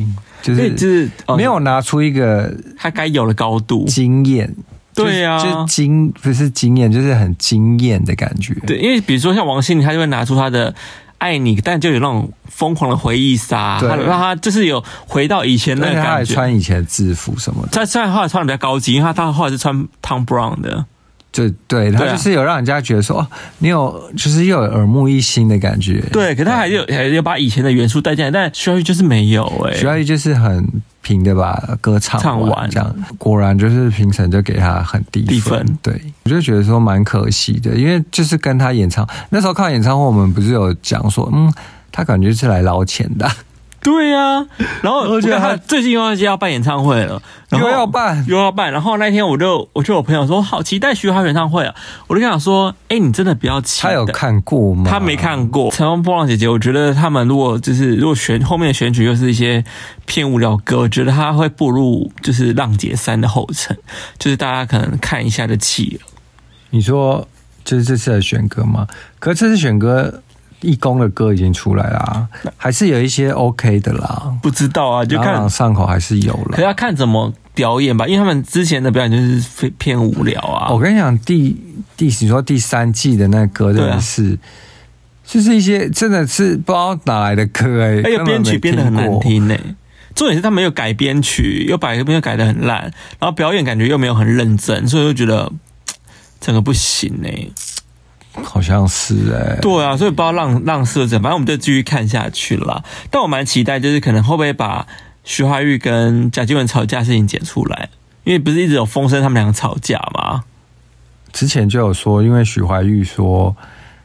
S3: 就
S1: 所以就是是、哦
S3: 没有拿出一个
S1: 他该有的高度。
S3: 经验。就是
S1: 对啊
S3: 就是惊不是惊艳，就是很惊艳的感觉。
S1: 对，因为比如说像王心凌，她就会拿出她的《爱你》，但就有那种疯狂的回忆杀，
S3: 对
S1: 她让她就是有回到以前那
S3: 而
S1: 个
S3: 且他还
S1: 感觉。
S3: 穿以前的制服什么的，
S1: 她虽然后来穿的比较高级，因为她她后来是穿 Tom Brown 的，
S3: 就对他
S1: 对啊
S3: 就是有让人家觉得说，哦，你有就是又有耳目一新的感觉。，
S1: 对，可她还是有还是有把以前的元素带进来，但徐怀钰就是没有哎、
S3: 徐怀钰就是很平的把歌唱
S1: 唱
S3: 完，
S1: 完
S3: 这样果然就是评审就给他很低
S1: 低
S3: 分
S1: 分。
S3: 对，我就觉得说蛮可惜的，因为就是跟他演唱那时候看演唱会，我们不是有讲说，嗯，他感觉是来捞钱的，
S1: 对呀、然后
S3: 我
S1: 我
S3: 觉
S1: 觉
S3: 得
S1: 得
S3: 他
S1: 他最近又要要办演唱会了，然后
S3: 又要办
S1: 又要办，然后那天我就我就有朋友说好期待徐怀钰演唱会啊，我就跟他说，哎、你真的不要期待，
S3: 他有看过吗？
S1: 他没。看过《乘风破浪》姐姐，我觉得他们如果就是如果选后面的选曲又是一些偏无聊歌，我觉得他会步入就是浪姐三的后尘，就是大家可能看一下就弃了。
S3: 你说就是这次的选歌吗？可是这次选歌。义工的歌已经出来啦，还是有一些 OK 的啦，
S1: 不知道啊，就
S3: 朗
S1: 看
S3: 朗，上口还是有
S1: 可是
S3: 了。
S1: 要看怎么表演吧，因为他们之前的表演就是非偏无聊啊。
S3: 我跟你讲，第第你说第三季的那歌真
S1: 对
S3: 的
S1: 啊
S3: 是，就是一些真的是不知道哪来的歌哎、
S1: 哎
S3: 根
S1: 呦，
S3: 本
S1: 编
S3: 没
S1: 曲编得很难
S3: 过。
S1: 听呢、重点是他们又改编曲，又把编又改得很烂，然后表演感觉又没有很认真，所以我就觉得嘖整个不行呢、
S3: 好像是哎、
S1: 对啊，所以不知道浪浪是怎么，反正我们就继续看下去啦。但我蛮期待，就是可能会不会把徐怀钰跟贾静雯吵架的事情剪出来，因为不是一直有风声他们两个吵架嘛？
S3: 之前就有说，因为许怀钰说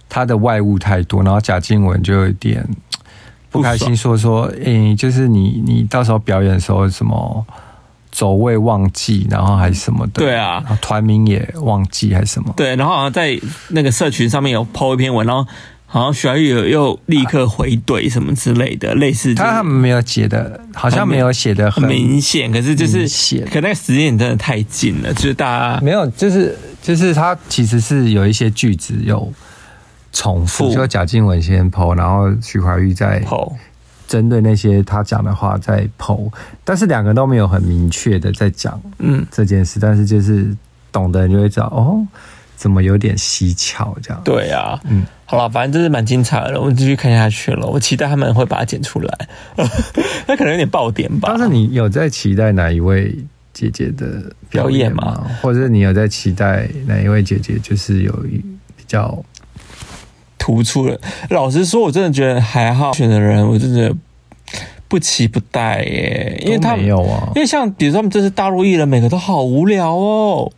S3: 她的外物太多，然后贾静雯就有一点不开心，说说，诶、就是你你到时候表演的时候什么走位忘记，然后还是什么的，
S1: 对啊
S3: 然后团名也忘记还是什么，
S1: 对，然后好像在那个社群上面有 PO 一篇文，然后好像徐怀钰有又立刻回怼什么之类的，类似这
S3: 他
S1: 种。
S3: 们没有写的，好像没有写的
S1: 很
S3: 很
S1: 明显，可是就是
S3: 明显
S1: 可那个时间点真的太近了，就是大家
S3: 没有，就是就是他其实是有一些句子有重复，
S1: 复
S3: 就贾静雯先剖，然后许怀钰再
S1: 跑
S3: 针对那些他讲的话在剖，但是两个都没有很明确的在讲
S1: 嗯，
S3: 这件事，但是就是懂的人就会知道哦，怎么有点蹊跷这样。
S1: 对啊，
S3: 嗯
S1: 嗯，好了，反正就是蛮精彩的，我们继续看下去了。我期待他们会把它剪出来， 那可能有点爆点吧。
S3: 但是你有在期待哪一位姐姐的表演吗？
S1: 表
S3: 或者你有在期待哪一位姐姐就是有一比较
S1: 突出了，老实说，我真的觉得还好选的人，我真的不期不待耶，因为他
S3: 都
S1: 们
S3: 没有啊
S1: 因？为像比如说他们这次大陆艺人，每个都好无聊哦。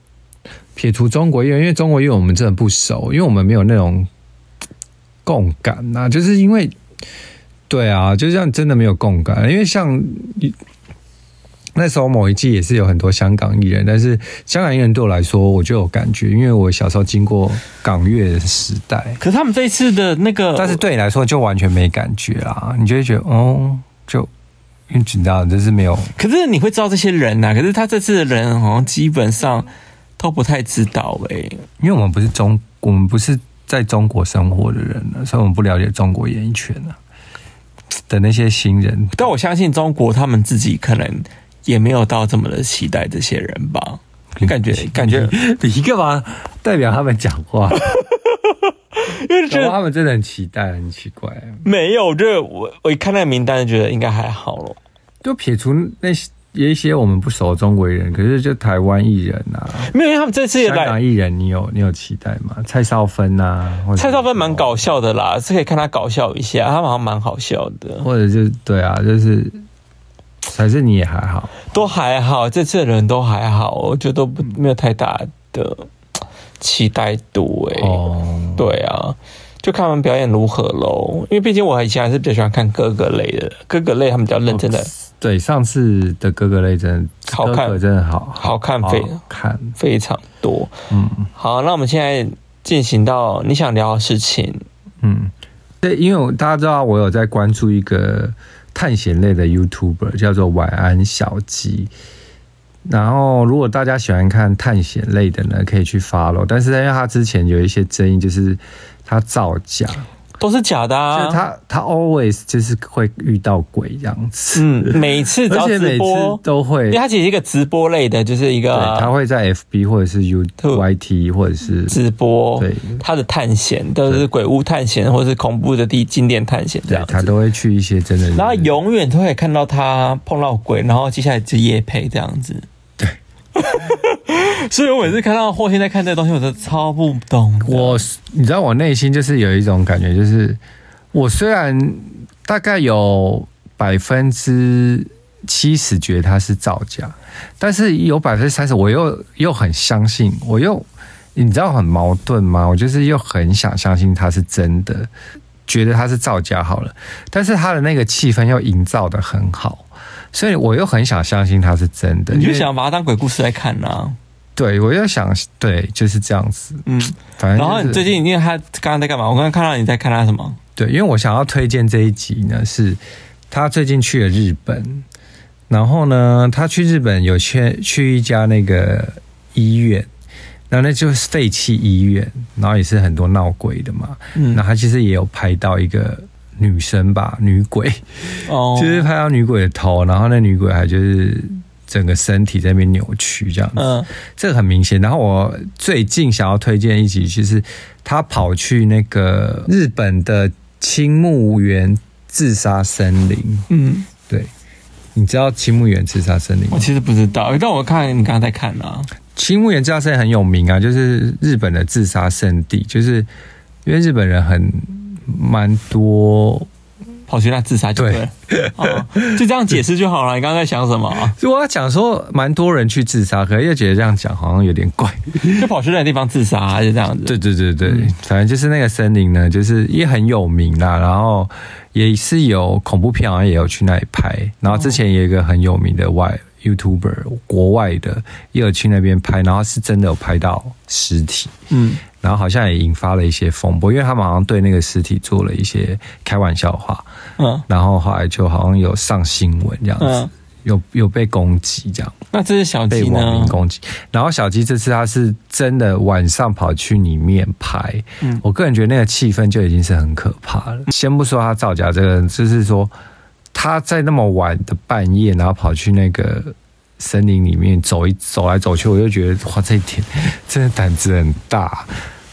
S3: 撇除中国艺人，因为中国艺人我们真的不熟，因为我们没有那种嘖共感呐、就是因为对啊，就像真的没有共感，因为像那时候某一季也是有很多香港艺人，但是香港艺人对我来说我就有感觉，因为我小时候经过港乐时代，
S1: 可是他们这一次的那个，
S3: 啊哦但是对你来说就完全没感觉啦，你就会觉得哦，就因为紧张就是没有
S1: 可是你会知道这些人啊呐、可是他这次的人好像基本上都不太知道哎、
S3: 因为我们不是中，我们不是在中国生活的人呢，所以我们不了解中国演艺圈啊的那些新人。
S1: 但我相信中国他们自己可能也没有到这么的期待这些人吧。感 觉嗯感觉，
S3: 你你干嘛代表他们讲 话？
S1: 因为觉
S3: 然后
S1: 得
S3: 他们真的很期待，很奇怪。
S1: 没有，我觉得我我一看那个名单，就觉得应该还好咯。
S3: 就撇除那些也一些我们不熟的中国艺人，可是就台湾艺人啊，
S1: 没有，因为他们这次也
S3: 香
S1: 来
S3: 港，艺人，你有你有期待吗？蔡少芬啊，或者
S1: 蔡少芬蛮搞笑的啦，是可以看他搞笑一下，他好像蛮好笑的，
S3: 或者就对啊，就是还是你也还好。
S1: 都还好，这次的人都还好，我觉得都不没有太大的期待度诶、
S3: 哦，
S1: 对啊，就看他们表演如何喽。因为毕竟我以前还是比较喜欢看哥哥类的，哥哥类他们比较认真的，
S3: 对，上次的哥哥类真的
S1: 好看
S3: 哥哥真的好
S1: 好看非
S3: 好看，
S1: 非常多。
S3: 嗯
S1: 好，那我们现在进行到你想聊的事情，
S3: 嗯。对，因为我大家知道我有在关注一个探险类的 YouTuber，叫做晚安小鸡。然后，如果大家喜欢看探险类的呢，可以去 follow。但是，因为他之前有一些争议，就是他造假，
S1: 都是假的
S3: 就
S1: 啊。
S3: 是他他 always 就是会遇到鬼这样子，
S1: 嗯，每次只要
S3: 而且
S1: 直
S3: 每
S1: 播
S3: 次，都会
S1: 因为，它其实是一个直播类的，就是一
S3: 对，他
S1: 个
S3: 会在 FB 或者是 U
S1: 对
S3: YT 或者是
S1: 直播，
S3: 对
S1: 它的探险，都是鬼屋探险或是恐怖的地经典探险这
S3: 对
S1: 样，
S3: 他
S1: 子。
S3: 都会去一些真的，
S1: 然后永远都会看到他碰到鬼，然后接下来就夜配这样子。对， 所以我每次看到霍现在看这个东西，我都超不懂的。
S3: 我你知道我内心就是有一种感觉，就是我虽然大概有百分之七十觉得它是造假，但是有百分之三十我又又很相信，我又你知道很矛盾吗？我就是又很想相信它是真的，觉得它是造假好了，但是它的那个气氛又营造的很好，所以我又很想相信它是真的。
S1: 你
S3: 因
S1: 就
S3: 为
S1: 想把它当鬼故事来看呐、啊，
S3: 对我又想对，就是这样子。
S1: 嗯。
S3: 反正、
S1: 然后你最近，因为他刚刚在干嘛？我刚刚看到你在看他什么？
S3: 对，因为我想要推荐这一集呢，是他最近去了日本，然后呢，他去日本有去去一家那个医院，然后那就是废弃医院，然后也是很多闹鬼的嘛，
S1: 嗯
S3: 那，他其实也有拍到一个女生吧，女鬼，
S1: 哦，
S3: 就是拍到女鬼的头，然后那女鬼还就是整个身体在那边扭曲这样子，
S1: 嗯
S3: 这个很明显。然后我最近想要推荐一集，就是他跑去那个日本的青木原自杀森林。
S1: 嗯，
S3: 对，你知道青木原自杀森林吗
S1: 我？其实不知道，但我看你刚刚在看啊，
S3: 青木原自杀森林很有名啊，就是日本的自杀圣地，就是因为日本人很蛮多。
S1: 跑去那自杀就对了，哦，就这样解释就好了。你刚刚在想什么啊？
S3: 如果要讲说蛮多人去自杀，可是又觉得这样讲好像有点怪。
S1: 就跑去那个地方自杀、就这样子。
S3: 对对对对，反正就是那个森林呢，就是也很有名啦，然后也是有恐怖片，好像也有去那里拍。然后之前也有一个很有名的外 YouTuber，国外的也有去那边拍，然后是真的有拍到尸体，
S1: 嗯，
S3: 然后好像也引发了一些风波，因为他们好像对那个尸体做了一些开玩笑话，
S1: 嗯
S3: 然后后来就好像有上新闻这样子，
S1: 嗯，
S3: 有有被攻击这样。
S1: 那这只小
S3: 被
S1: 鸡
S3: 网
S1: 呢
S3: 民？攻击。然后小鸡这次他是真的晚上跑去里面拍，
S1: 嗯
S3: 我个人觉得那个气氛就已经是很可怕了。先不说他造假这个，就是说他在那么晚的半夜，然后跑去那个森林里面走一走来走去，我就觉得哇，这一点真的胆子很大。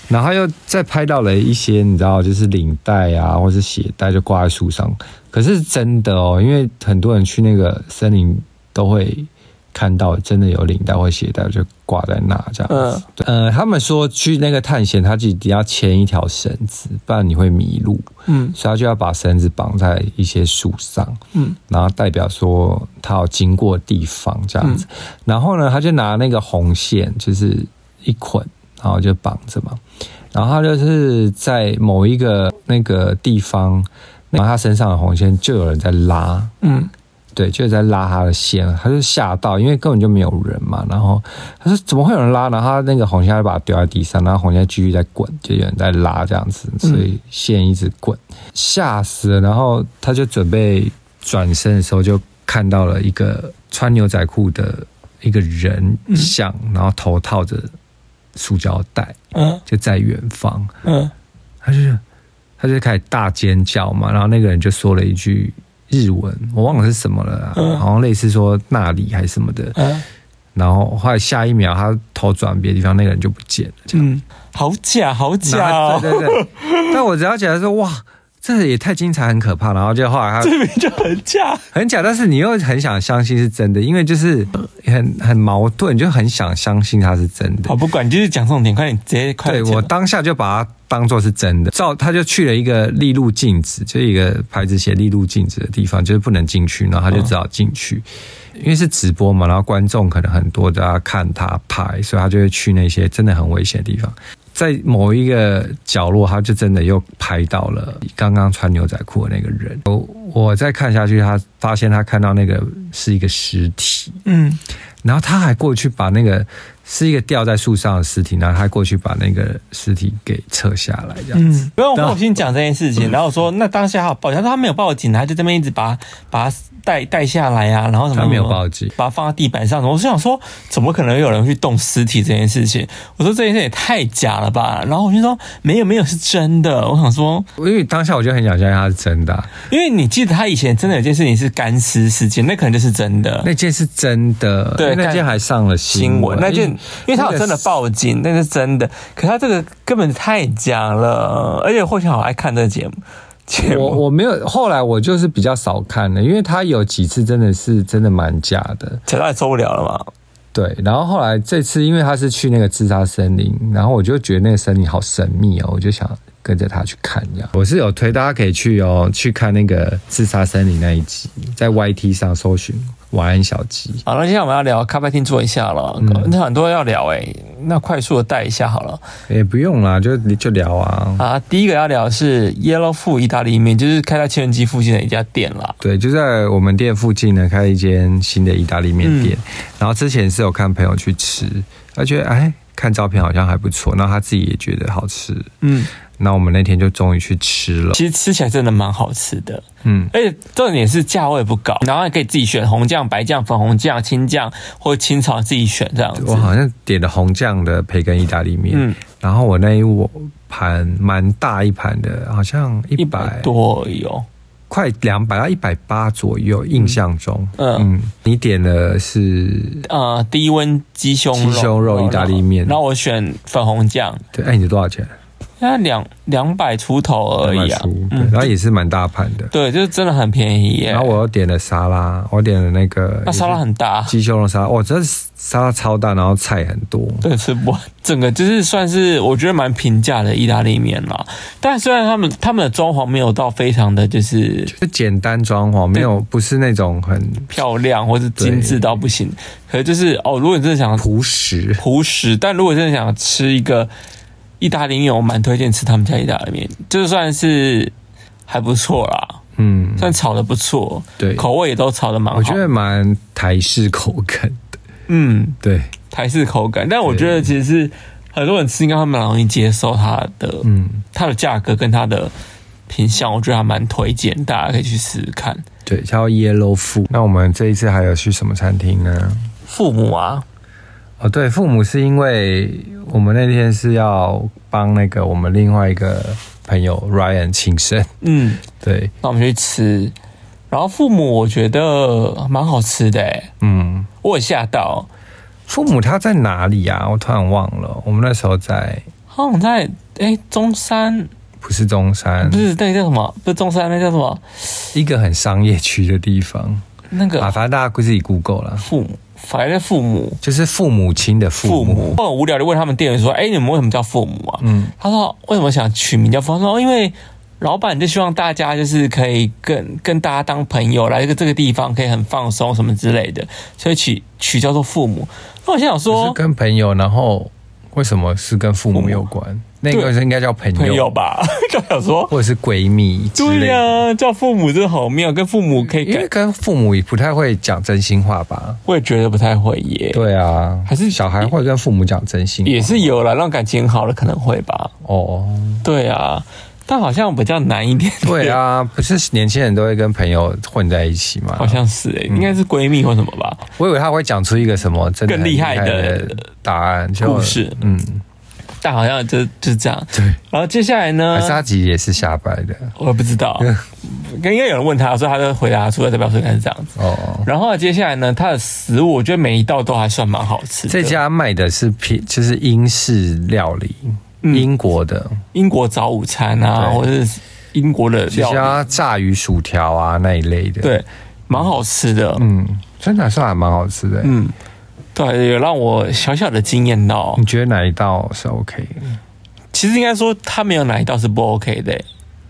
S3: 然后又再拍到了一些，你知道，就是领带啊，或是鞋带，就挂在树上。可是真的哦，因为很多人去那个森林都会看到，真的有领带或鞋带就挂在那这样子。呃，他们说去那个探险，他自己要牵一条绳子，不然你会迷路。
S1: 嗯
S3: 所以他就要把绳子绑在一些树上，
S1: 嗯，
S3: 然后代表说他有经过的地方这样子。然后呢，他就拿那个红线，就是一捆，然后就绑着嘛。然后他就是在某一个那个地方，然后他身上的红线就有人在拉，
S1: 嗯，
S3: 对，就在拉他的线，他就吓到，因为根本就没有人嘛。然后他说怎么会有人拉？然后他那个红线就把它丢在地上，然后红线继续在滚，就有人在拉这样子，所以线一直滚，吓死了。然后他就准备转身的时候就看到了一个穿牛仔裤的一个人像，然后头套着塑胶袋，
S1: 嗯
S3: 就在远方，
S1: 嗯
S3: 他就是他就开始大尖叫嘛，然后那个人就说了一句日文，我忘了是什么了啊、
S1: 嗯
S3: 好像类似说那里还是什么的，
S1: 嗯
S3: 然后后来下一秒他头转别的地方，那个人就不见了。
S1: 嗯，好假好假
S3: 然后
S1: 哦，
S3: 对对对，但我只要觉得说哇，这也太精彩，很可怕。然后就后来他
S1: 这边就很假，
S3: 很假，但是你又很想相信是真的，因为就是呃很很矛盾，就很想相信它是真的
S1: 好。不管，你就是讲重点，快点直接快
S3: 对
S1: 点
S3: 我
S1: 讲，
S3: 当下就把它当做是真的，照他就去了一个立路禁止，就一个牌子写立路禁止的地方，就是不能进去，然后他就只好进去，因为是直播嘛，然后观众可能很多都要看他拍，所以他就会去那些真的很危险的地方。在某一个角落，他就真的又拍到了刚刚穿牛仔裤的那个人。我我再看下去，他发现他看到那个是一个尸体，
S1: 嗯
S3: 然后他还过去把那个是一个吊在树上的尸体，然后他还过去把那个尸体给撤下来，这样。
S1: 嗯，不用
S3: 然后
S1: 后心讲这件事情，然后我说那当下他有报警，他说他没有报警，他就这边一直把把他带带下来啊，然后什么
S3: 他没有
S1: 什么
S3: 报警
S1: 把它放在地板上，我就想说怎么可能有人去动尸体这件事情？我说这件事也太假了吧，然后我就说没有没有是真的，我想说
S3: 因为当下我就很想相信他是真的啊、
S1: 因为你记得他以前真的有件事情是干尸事件，那可能就是真的
S3: 那件是真的，
S1: 对
S3: 那件
S1: 但
S3: 还上了
S1: 新
S3: 新
S1: 闻嗯
S3: 闻，。
S1: 那就
S3: 因
S1: 因为他有真的报警，那是真的。可他这个根本太假了，嗯而且霍翔好爱看这个节目。节
S3: 我
S1: 目
S3: 我没有，后来我就是比较少看了，因为他有几次真的是真的蛮假的，
S1: 假到也受不了了嘛。
S3: 对。然后后来这次，因为他是去那个自杀森林，然后我就觉得那个森林好神秘哦，我就想跟着他去看一下。我是有推大家可以去哦，去看那个自杀森林那一集，在 YT 上搜寻“晚安小鸡
S1: 好，那接下来我们要聊咖啡厅坐一下了，那很多要聊哎、那快速的带一下好了。”，
S3: 也不用啦，就就聊啊。
S1: 啊，第一个要聊的是 Yellow Food 意大利面，就是开在情人街附近的一家店啦。
S3: 对，就在我们店附近呢，开了一间新的意大利面店。然后之前是有看朋友去吃，他觉得哎，看照片好像还不错，那他自己也觉得好吃。
S1: 嗯，
S3: 那我们那天就终于去吃了，
S1: 其实吃起来真的蛮好吃的，
S3: 嗯，
S1: 而且重点是价位不高，然后还可以自己选红酱、白酱、粉红酱、青酱或清炒自己选这样子。
S3: 我好像点了红酱的培根意大利面，
S1: 嗯
S3: 然后我那一我盘蛮大一盘的，好像一
S1: 一
S3: 百
S1: 百多哦有，
S3: 快两百到一百八左右，印象中，
S1: 嗯
S3: 你点的是
S1: 呃，低温鸡胸肉、哦
S3: 鸡胸肉意大利面
S1: 然后我选粉红酱，
S3: 对，哎，你多少钱？
S1: 那两两百出头而已啊
S3: 200出，对，
S1: 嗯
S3: 然，后也是蛮大盘的，
S1: 对，就是真的很便宜耶
S3: 然。后我又点了沙拉，我点了那个
S1: 啊那沙拉很大，
S3: 鸡胸肉沙拉，哇，这沙拉超大，然后菜很多。
S1: 对，吃不完，整个就是算是我觉得蛮平价的意大利面啦。但虽然他们他们的装潢没有到非常的就是
S3: 就简单装潢，没有不是那种很
S1: 漂亮或是精致到不行，可是就是哦，如果你真的想
S3: 朴实。
S1: 朴实，但如果真的想吃一个意大利面，我蛮推荐吃他们家意大利面，就算是还不错啦，
S3: 嗯，
S1: 算炒的不错，
S3: 对
S1: 口味也都炒的蛮好。
S3: 我觉得蛮台式口感的。
S1: 嗯，
S3: 对，
S1: 台式口感，但我觉得其实是很多人吃应该会蛮容易接受它的，
S3: 嗯，
S1: 它的价格跟它的品相，我觉得还蛮推荐，大家可以去试试看。
S3: 对，叫 Yellow Food。那我们这一次还有去什么餐厅呢？
S1: 父母啊，
S3: 哦，对，父母是因为我们那天是要帮那个我们另外一个朋友 Ryan 庆生，
S1: 嗯，
S3: 对，
S1: 那我们就去吃，然后父母我觉得蛮好吃的、欸，
S3: 嗯，
S1: 我有吓到，
S3: 父母他在哪里啊？我突然忘了，我们那时候在
S1: 好像在哎、中山，
S3: 不是中山
S1: 不，是那个叫什么，不是中山，那叫什么？
S3: 一个很商业区的地方
S1: 那
S3: 啊，
S1: 个
S3: 反正大家自己 Google 啦，
S1: 父母，反正父母。
S3: 就是父母亲的父
S1: 父
S3: 母，
S1: 母，我很无聊就问他们店员说：“哎、你们为什么叫父母啊？”
S3: 嗯，
S1: 他说为什么想取名叫风？他说因为老板就希望大家就是可以跟跟大家当朋友，来这个这个地方可以很放松什么之类的，所以取取叫做父母。那我现在想
S3: 就是
S1: 说
S3: 跟朋友，然后为什么是跟父
S1: 父
S3: 母
S1: 母
S3: 有关？那个是应该叫朋友，
S1: 朋友吧， 就想说
S3: 或者是闺蜜之类
S1: 对呀、
S3: 的。
S1: 叫父母真的好妙，跟父母可以
S3: 因为
S1: 感，
S3: 跟父母也不太会讲真心话吧？
S1: 我也觉得不太会耶。
S3: 对啊，
S1: 还是
S3: 小孩会跟父母讲真心话
S1: 也是有啦，让感情好了可能会吧。
S3: 哦。
S1: 对啊，但好像比较难一点。
S3: 对，啊，不是年轻人都会跟朋友混在一起吗？
S1: 好像是哎、应该是闺蜜或什么吧。
S3: 我以为他会讲出一个什么真的
S1: 更
S3: 很
S1: 厉
S3: 厉
S1: 害
S3: 害
S1: 的
S3: 的答案就
S1: 故事
S3: 嗯，
S1: 但好像就就是这样。
S3: 对。
S1: 然后接下来呢
S3: 还？是他嗯其实也是瞎掰的
S1: 我也不知道，应该有人问他，所以他就回答出来代表说应该是这样子。
S3: 哦。
S1: 然后接下来呢，他的食物我觉得每一道都还算蛮好吃的。
S3: 这家卖的是偏就是英式料理，
S1: 嗯
S3: 英国的，
S1: 英国早午餐啊，
S3: 对
S1: 或者是英国的
S3: 就
S1: 料
S3: 是
S1: 理，
S3: 它炸鱼薯条啊那一类的。，
S1: 对，蛮好吃的。
S3: 嗯，真的算还蛮好吃的。
S1: 嗯，对，有让我小小的惊艳到
S3: 你。觉得哪一道是 OK？的
S1: 其实应该说他没有哪一道是不 OK 的、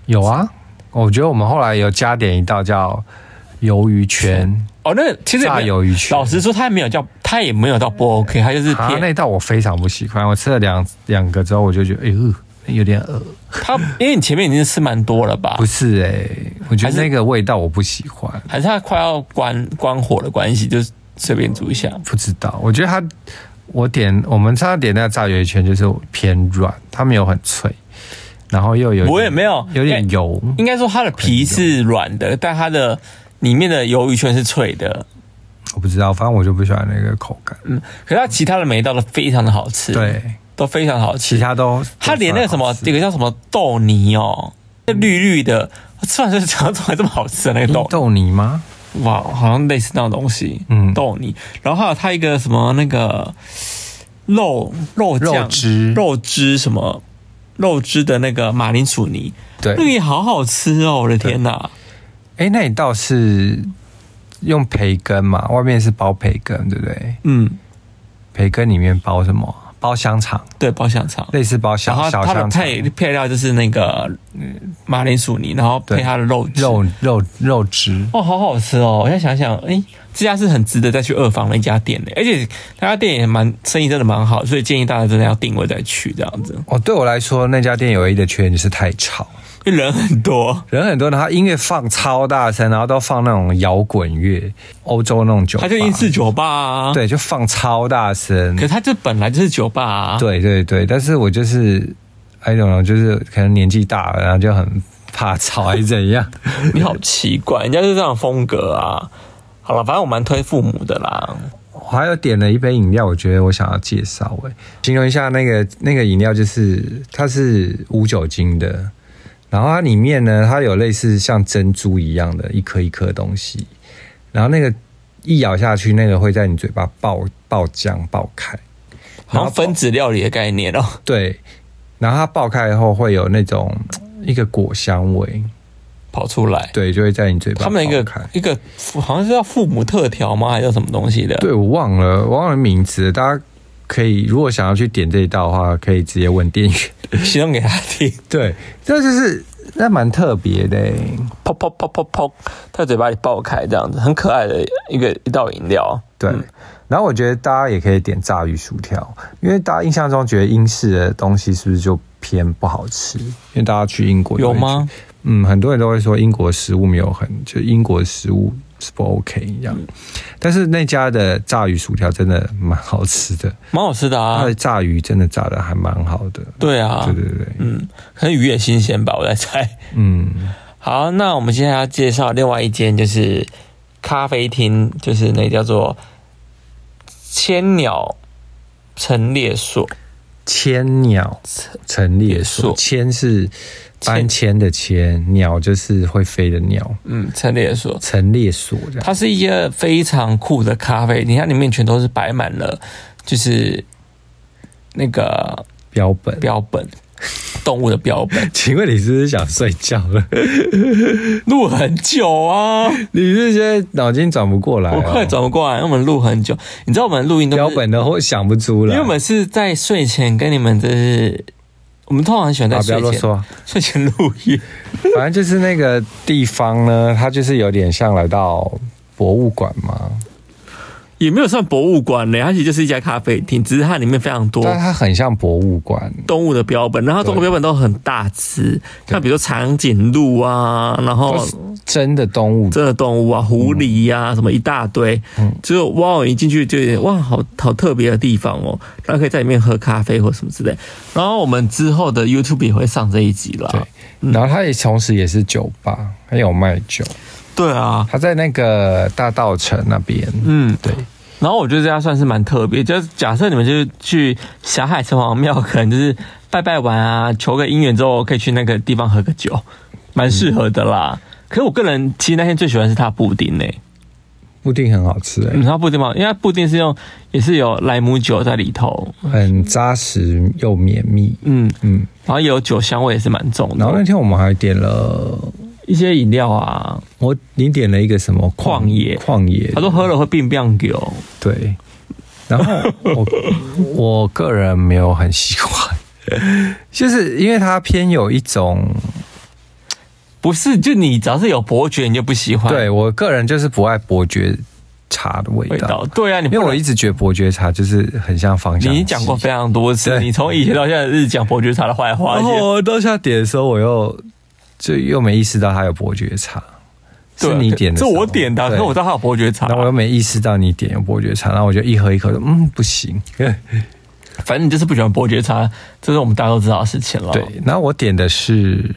S3: 有啊，我觉得我们后来有加点一道叫鱿鱼圈，
S1: 哦，那其实也没
S3: 炸鱿鱼圈
S1: 老实说，他也没有叫，他也没有到不 OK，他就是
S3: 啊，
S1: 偏
S3: 那道我非常不喜欢，我吃了两两个之后，我就觉得哎呦有点恶。
S1: 他，因为你前面已经吃蛮多了吧
S3: 不？是哎、我觉
S1: 还
S3: 得
S1: 是
S3: 那个味道我不喜欢，
S1: 还是他快要关关火的关系，就是随便煮一下。
S3: 不知道。我觉得它，我点我们上次点那个炸鱿鱼圈就是偏软，它没有很脆，然后又有
S1: 我也没有
S3: 有
S1: 哎
S3: 点油，
S1: 应该说它的皮是软的，但它的里面的鱿鱼圈是脆的。
S3: 我不知道，反正我就不喜欢那个口感。
S1: 嗯，可是它其他的每一道都非常的好吃，，
S3: 对，
S1: 都非常好吃。
S3: 其他都
S1: 它连那个什么，有
S3: 这
S1: 个叫什么豆泥哦，那绿绿的，我吃完就想到怎么会这么好吃啊的那个豆，
S3: 嗯豆泥吗？
S1: 哇，好像类似那种东西，
S3: 嗯
S1: 豆泥。然后还有它一个什么那个肉肉酱
S3: 肉汁
S1: 肉汁什么肉汁的那个马铃薯泥，
S3: 对
S1: 那，个也好好吃哦，我的天哪！
S3: 哎、那你倒是用培根嘛？外面是包培根，对不对？
S1: 嗯，
S3: 培根里面包什么？包香肠，
S1: 对，包香肠。
S3: 类似包
S1: 然
S3: 小
S1: 后
S3: 小
S1: 它的
S3: 香肠，
S1: 配配料就是那个嗯马铃薯泥，然后配
S3: 对
S1: 它的肉汁
S3: 肉肉肉汁。
S1: 哦，好好吃哦！我现在想想，哎、这家是很值得再去二房的一家店的，而且那家店也蛮生意真的蛮好，所以建议大家真的要定位再去这样子，
S3: 哦，对我来说，那家店有一的缺点就是太吵，
S1: 因为人很多，
S3: 人很多，然后音乐放超大声，然后都放那种摇滚乐，欧洲那种酒吧，
S1: 它就英式酒吧啊，，
S3: 对，就放超大声
S1: 可。是它这本来就是酒吧啊，，
S3: 对对对，但是我就是，I don't know，就是可能年纪大了，然后就很怕吵，还是怎样？
S1: 你好奇怪，人家就是这样的风格啊。好了，反正我蛮推父母的啦，
S3: 我还有点了一杯饮料，我觉得我想要介绍诶、形容一下那个那个饮料，就是它是无酒精的，然后它里面呢，它有类似像珍珠一样的一颗一颗东西，然后那个一咬下去，那个会在你嘴巴爆爆浆爆开，
S1: 好像分子料理的概念哦、
S3: 对，然后它爆开后会有那种嘖一个果香味，
S1: 跑出来。
S3: 对，就会在你嘴巴
S1: 他们一
S3: 爆
S1: 个
S3: 开。
S1: 一个好像是叫父母特调吗，还是叫什么东西的？
S3: 对，我忘了，我忘了名字了，大家可以如果想要去点这一道的话，可以直接问店员。
S1: 形容给他 听，
S3: 对，这就是那蛮特别的欸、
S1: 砰砰砰砰砰，在嘴巴里爆开，这样子很可爱的一个一道饮料。
S3: 对。然后我觉得大家也可以点炸鱼薯条，因为大家印象中觉得英式的东西是不是就偏不好吃？因为大家去英国
S1: 有
S3: 都会觉
S1: 吗？
S3: 嗯，很多人都会说英国食物没有很，就英国食物是不 OK 一
S1: 嗯
S3: 样。但是那家的炸鱼薯条真的蛮好吃的，
S1: 蛮好吃的啊
S3: 它的，炸鱼真的炸的还蛮好的。
S1: 对啊，
S3: 对对对，
S1: 嗯，可能鱼也新鲜吧，我在猜。
S3: 嗯，
S1: 好，那我们接下来要介绍另外一间就是咖啡厅，就是那叫做千鸟陈列所，
S3: 千鸟陈列所
S1: 所，
S3: 千是搬迁的迁，鸟就是会飞的鸟，
S1: 嗯，陈列所，
S3: 陈列所这样。
S1: 它是一个非常酷的咖啡厅，它里面全都是摆满了，就是那个
S3: 标本。
S1: 标 本，动物的标本，
S3: 请问你是不是想睡觉 了？
S1: 录很久啊，
S3: 你是现在脑筋转不过来、
S1: 我快
S3: 哦？
S1: 转不过来，因为我们录很久，你知道我们录音都是
S3: 标，本都会想不出
S1: 因
S3: 来。啊
S1: 为我们是在睡前跟你们就是，我们通常很喜欢在
S3: 啊，不要
S1: 睡
S3: 啰
S1: 前、
S3: 嗦。
S1: 睡前录音，
S3: 反正就是那个地方呢，它就是有点像来到博物馆嘛。
S1: 也没有算博物馆嘞，它其实就是一家咖啡厅，只是它里面非常多
S3: 但它很像博物馆，
S1: 动物的标本，然后动物
S3: 对
S1: 标本都很大只，像比如说长颈鹿啊，然后
S3: 都是真的动物，
S1: 真的动物啊，狐狸呀、
S3: 嗯
S1: 什么一大堆。只有哇，一进去就有点哇，好好特别的地方哦。然后可以在里面喝咖啡或什么之类。然后我们之后的 YouTube 也会上这一集啦。
S3: 对。然后它也同时也是酒吧，它有卖酒，
S1: 对啊，
S3: 它在那个大道城那边，
S1: 嗯，
S3: 对。
S1: 然后我觉得这家算是蛮特别，就是假设你们就是去霞海城隍庙，可能就是拜拜完啊，求个姻缘之后，可以去那个地方喝个酒，蛮适合的
S3: 嗯
S1: 啦。可是我个人其实那天最喜欢是它的布丁呢、
S3: 布丁很好吃、
S1: 嗯，
S3: 欸，
S1: 它布丁嘛，因为它布丁是用也是有莱姆酒在里头，
S3: 很扎实又绵密。
S1: 嗯，
S3: 嗯，
S1: 然后也有酒香味也是蛮重
S3: 然后那
S1: 的，
S3: 天我们还点了，
S1: 一些饮料啊，
S3: 我你点了一个什么
S1: 旷野
S3: 旷野，
S1: 他说喝了会病变酒，
S3: 对。然后我 我个人没有很喜 欢，就是因为它偏有一种，
S1: 不是就你只要是有伯爵你就不喜欢
S3: 对我个人就是不爱伯爵茶的味
S1: 味道
S3: 道，，
S1: 对啊，你
S3: 因
S1: 不
S3: 为
S1: 能
S3: 我一直觉得伯爵茶就是很像芳香
S1: 你
S3: 剂。
S1: 已经讲过非常多次，
S3: 对哦
S1: 你从以前到现在一直讲伯爵茶的坏话，而
S3: 然后
S1: 且
S3: 我到下点的时候，我又就又没意识到它有伯爵茶，
S1: 对啊
S3: 是你点的
S1: 这
S3: 时候，
S1: 我点的啊，可
S3: 对
S1: 是我啊知道它有伯爵茶
S3: 然，后我又没意识到你点有伯爵茶，然后我就一喝一口，嗯，不行。
S1: 反正你就是不喜欢伯爵茶，这是我们大家都知道的事情了。
S3: 对，，然后我点的是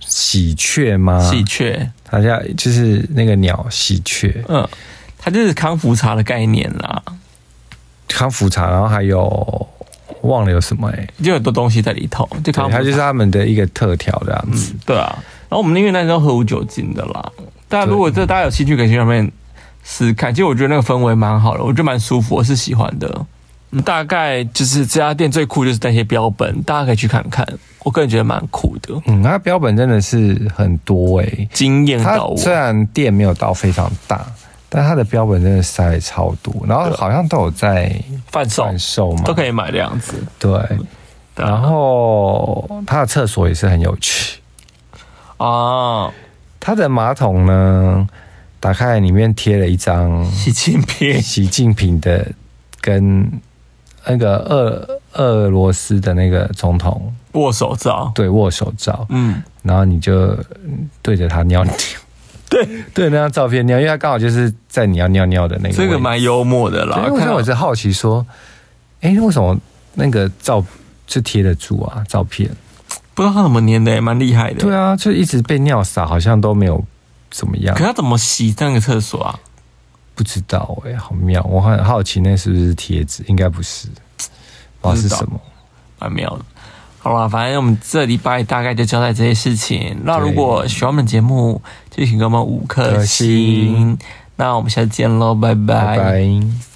S3: 喜鹊吗？
S1: 喜鹊，
S3: 它叫就是那个鸟喜鹊，
S1: 嗯，它就是康复茶的概念啦，
S3: 康复茶，然后还有忘了有什么哎、欸，
S1: 就有很多东西在里头，就康复
S3: 对，
S1: 茶
S3: 它就是他们的一个特调这样子。
S1: 对啊，然后我们那边那时候喝无酒精的啦。大家如果这大家有兴趣，可以去那边试试看。其实我觉得那个氛围蛮好的，我觉得蛮舒服，我是喜欢的。嗯大概就是这家店最酷就是那些标本，大家可以去看看。我个人觉得蛮酷的，
S3: 嗯，它标本真的是很多哎、欸，
S1: 惊艳
S3: 它
S1: 到我。
S3: 虽然店没有到非常大，但它的标本真的塞超多，然后好像都有在
S1: 贩售
S3: 贩售嘛，
S1: 都可
S3: 以
S1: 以买的样子。
S3: 对。然
S1: 然
S3: 后它的厕所也是很有趣，
S1: 啊，
S3: 它的马桶呢，打开里面贴了一张
S1: 习近平
S3: 习近平的跟那个俄俄罗斯的那个总统
S1: 握手照，
S3: 对握手照，
S1: 嗯，
S3: 然后你就嗯对着他尿尿， 对对，那张照片尿，因为他刚好就是在你要尿尿的那个位置，
S1: 这个蛮幽默的啦
S3: 对。因为
S1: 看到
S3: 啊我是好奇说，哎，为什么那个照就贴得住啊？照片
S1: 不知道他怎么粘的，蛮厉害的。
S3: 对，啊，就一直被尿洒，好像都没有怎么样
S1: 可，他怎么洗那个厕所啊？
S3: 不知道哎、好妙，我很好奇那是不是贴纸，应该不是，不知道是什么。
S1: 蛮妙的。好啦，反正我们这礼拜大概就交代这些事情。那如果喜欢我们节目，就请给我们五颗
S3: 颗
S1: 星
S3: 星。
S1: 那我们下次见喽，拜
S3: 拜拜。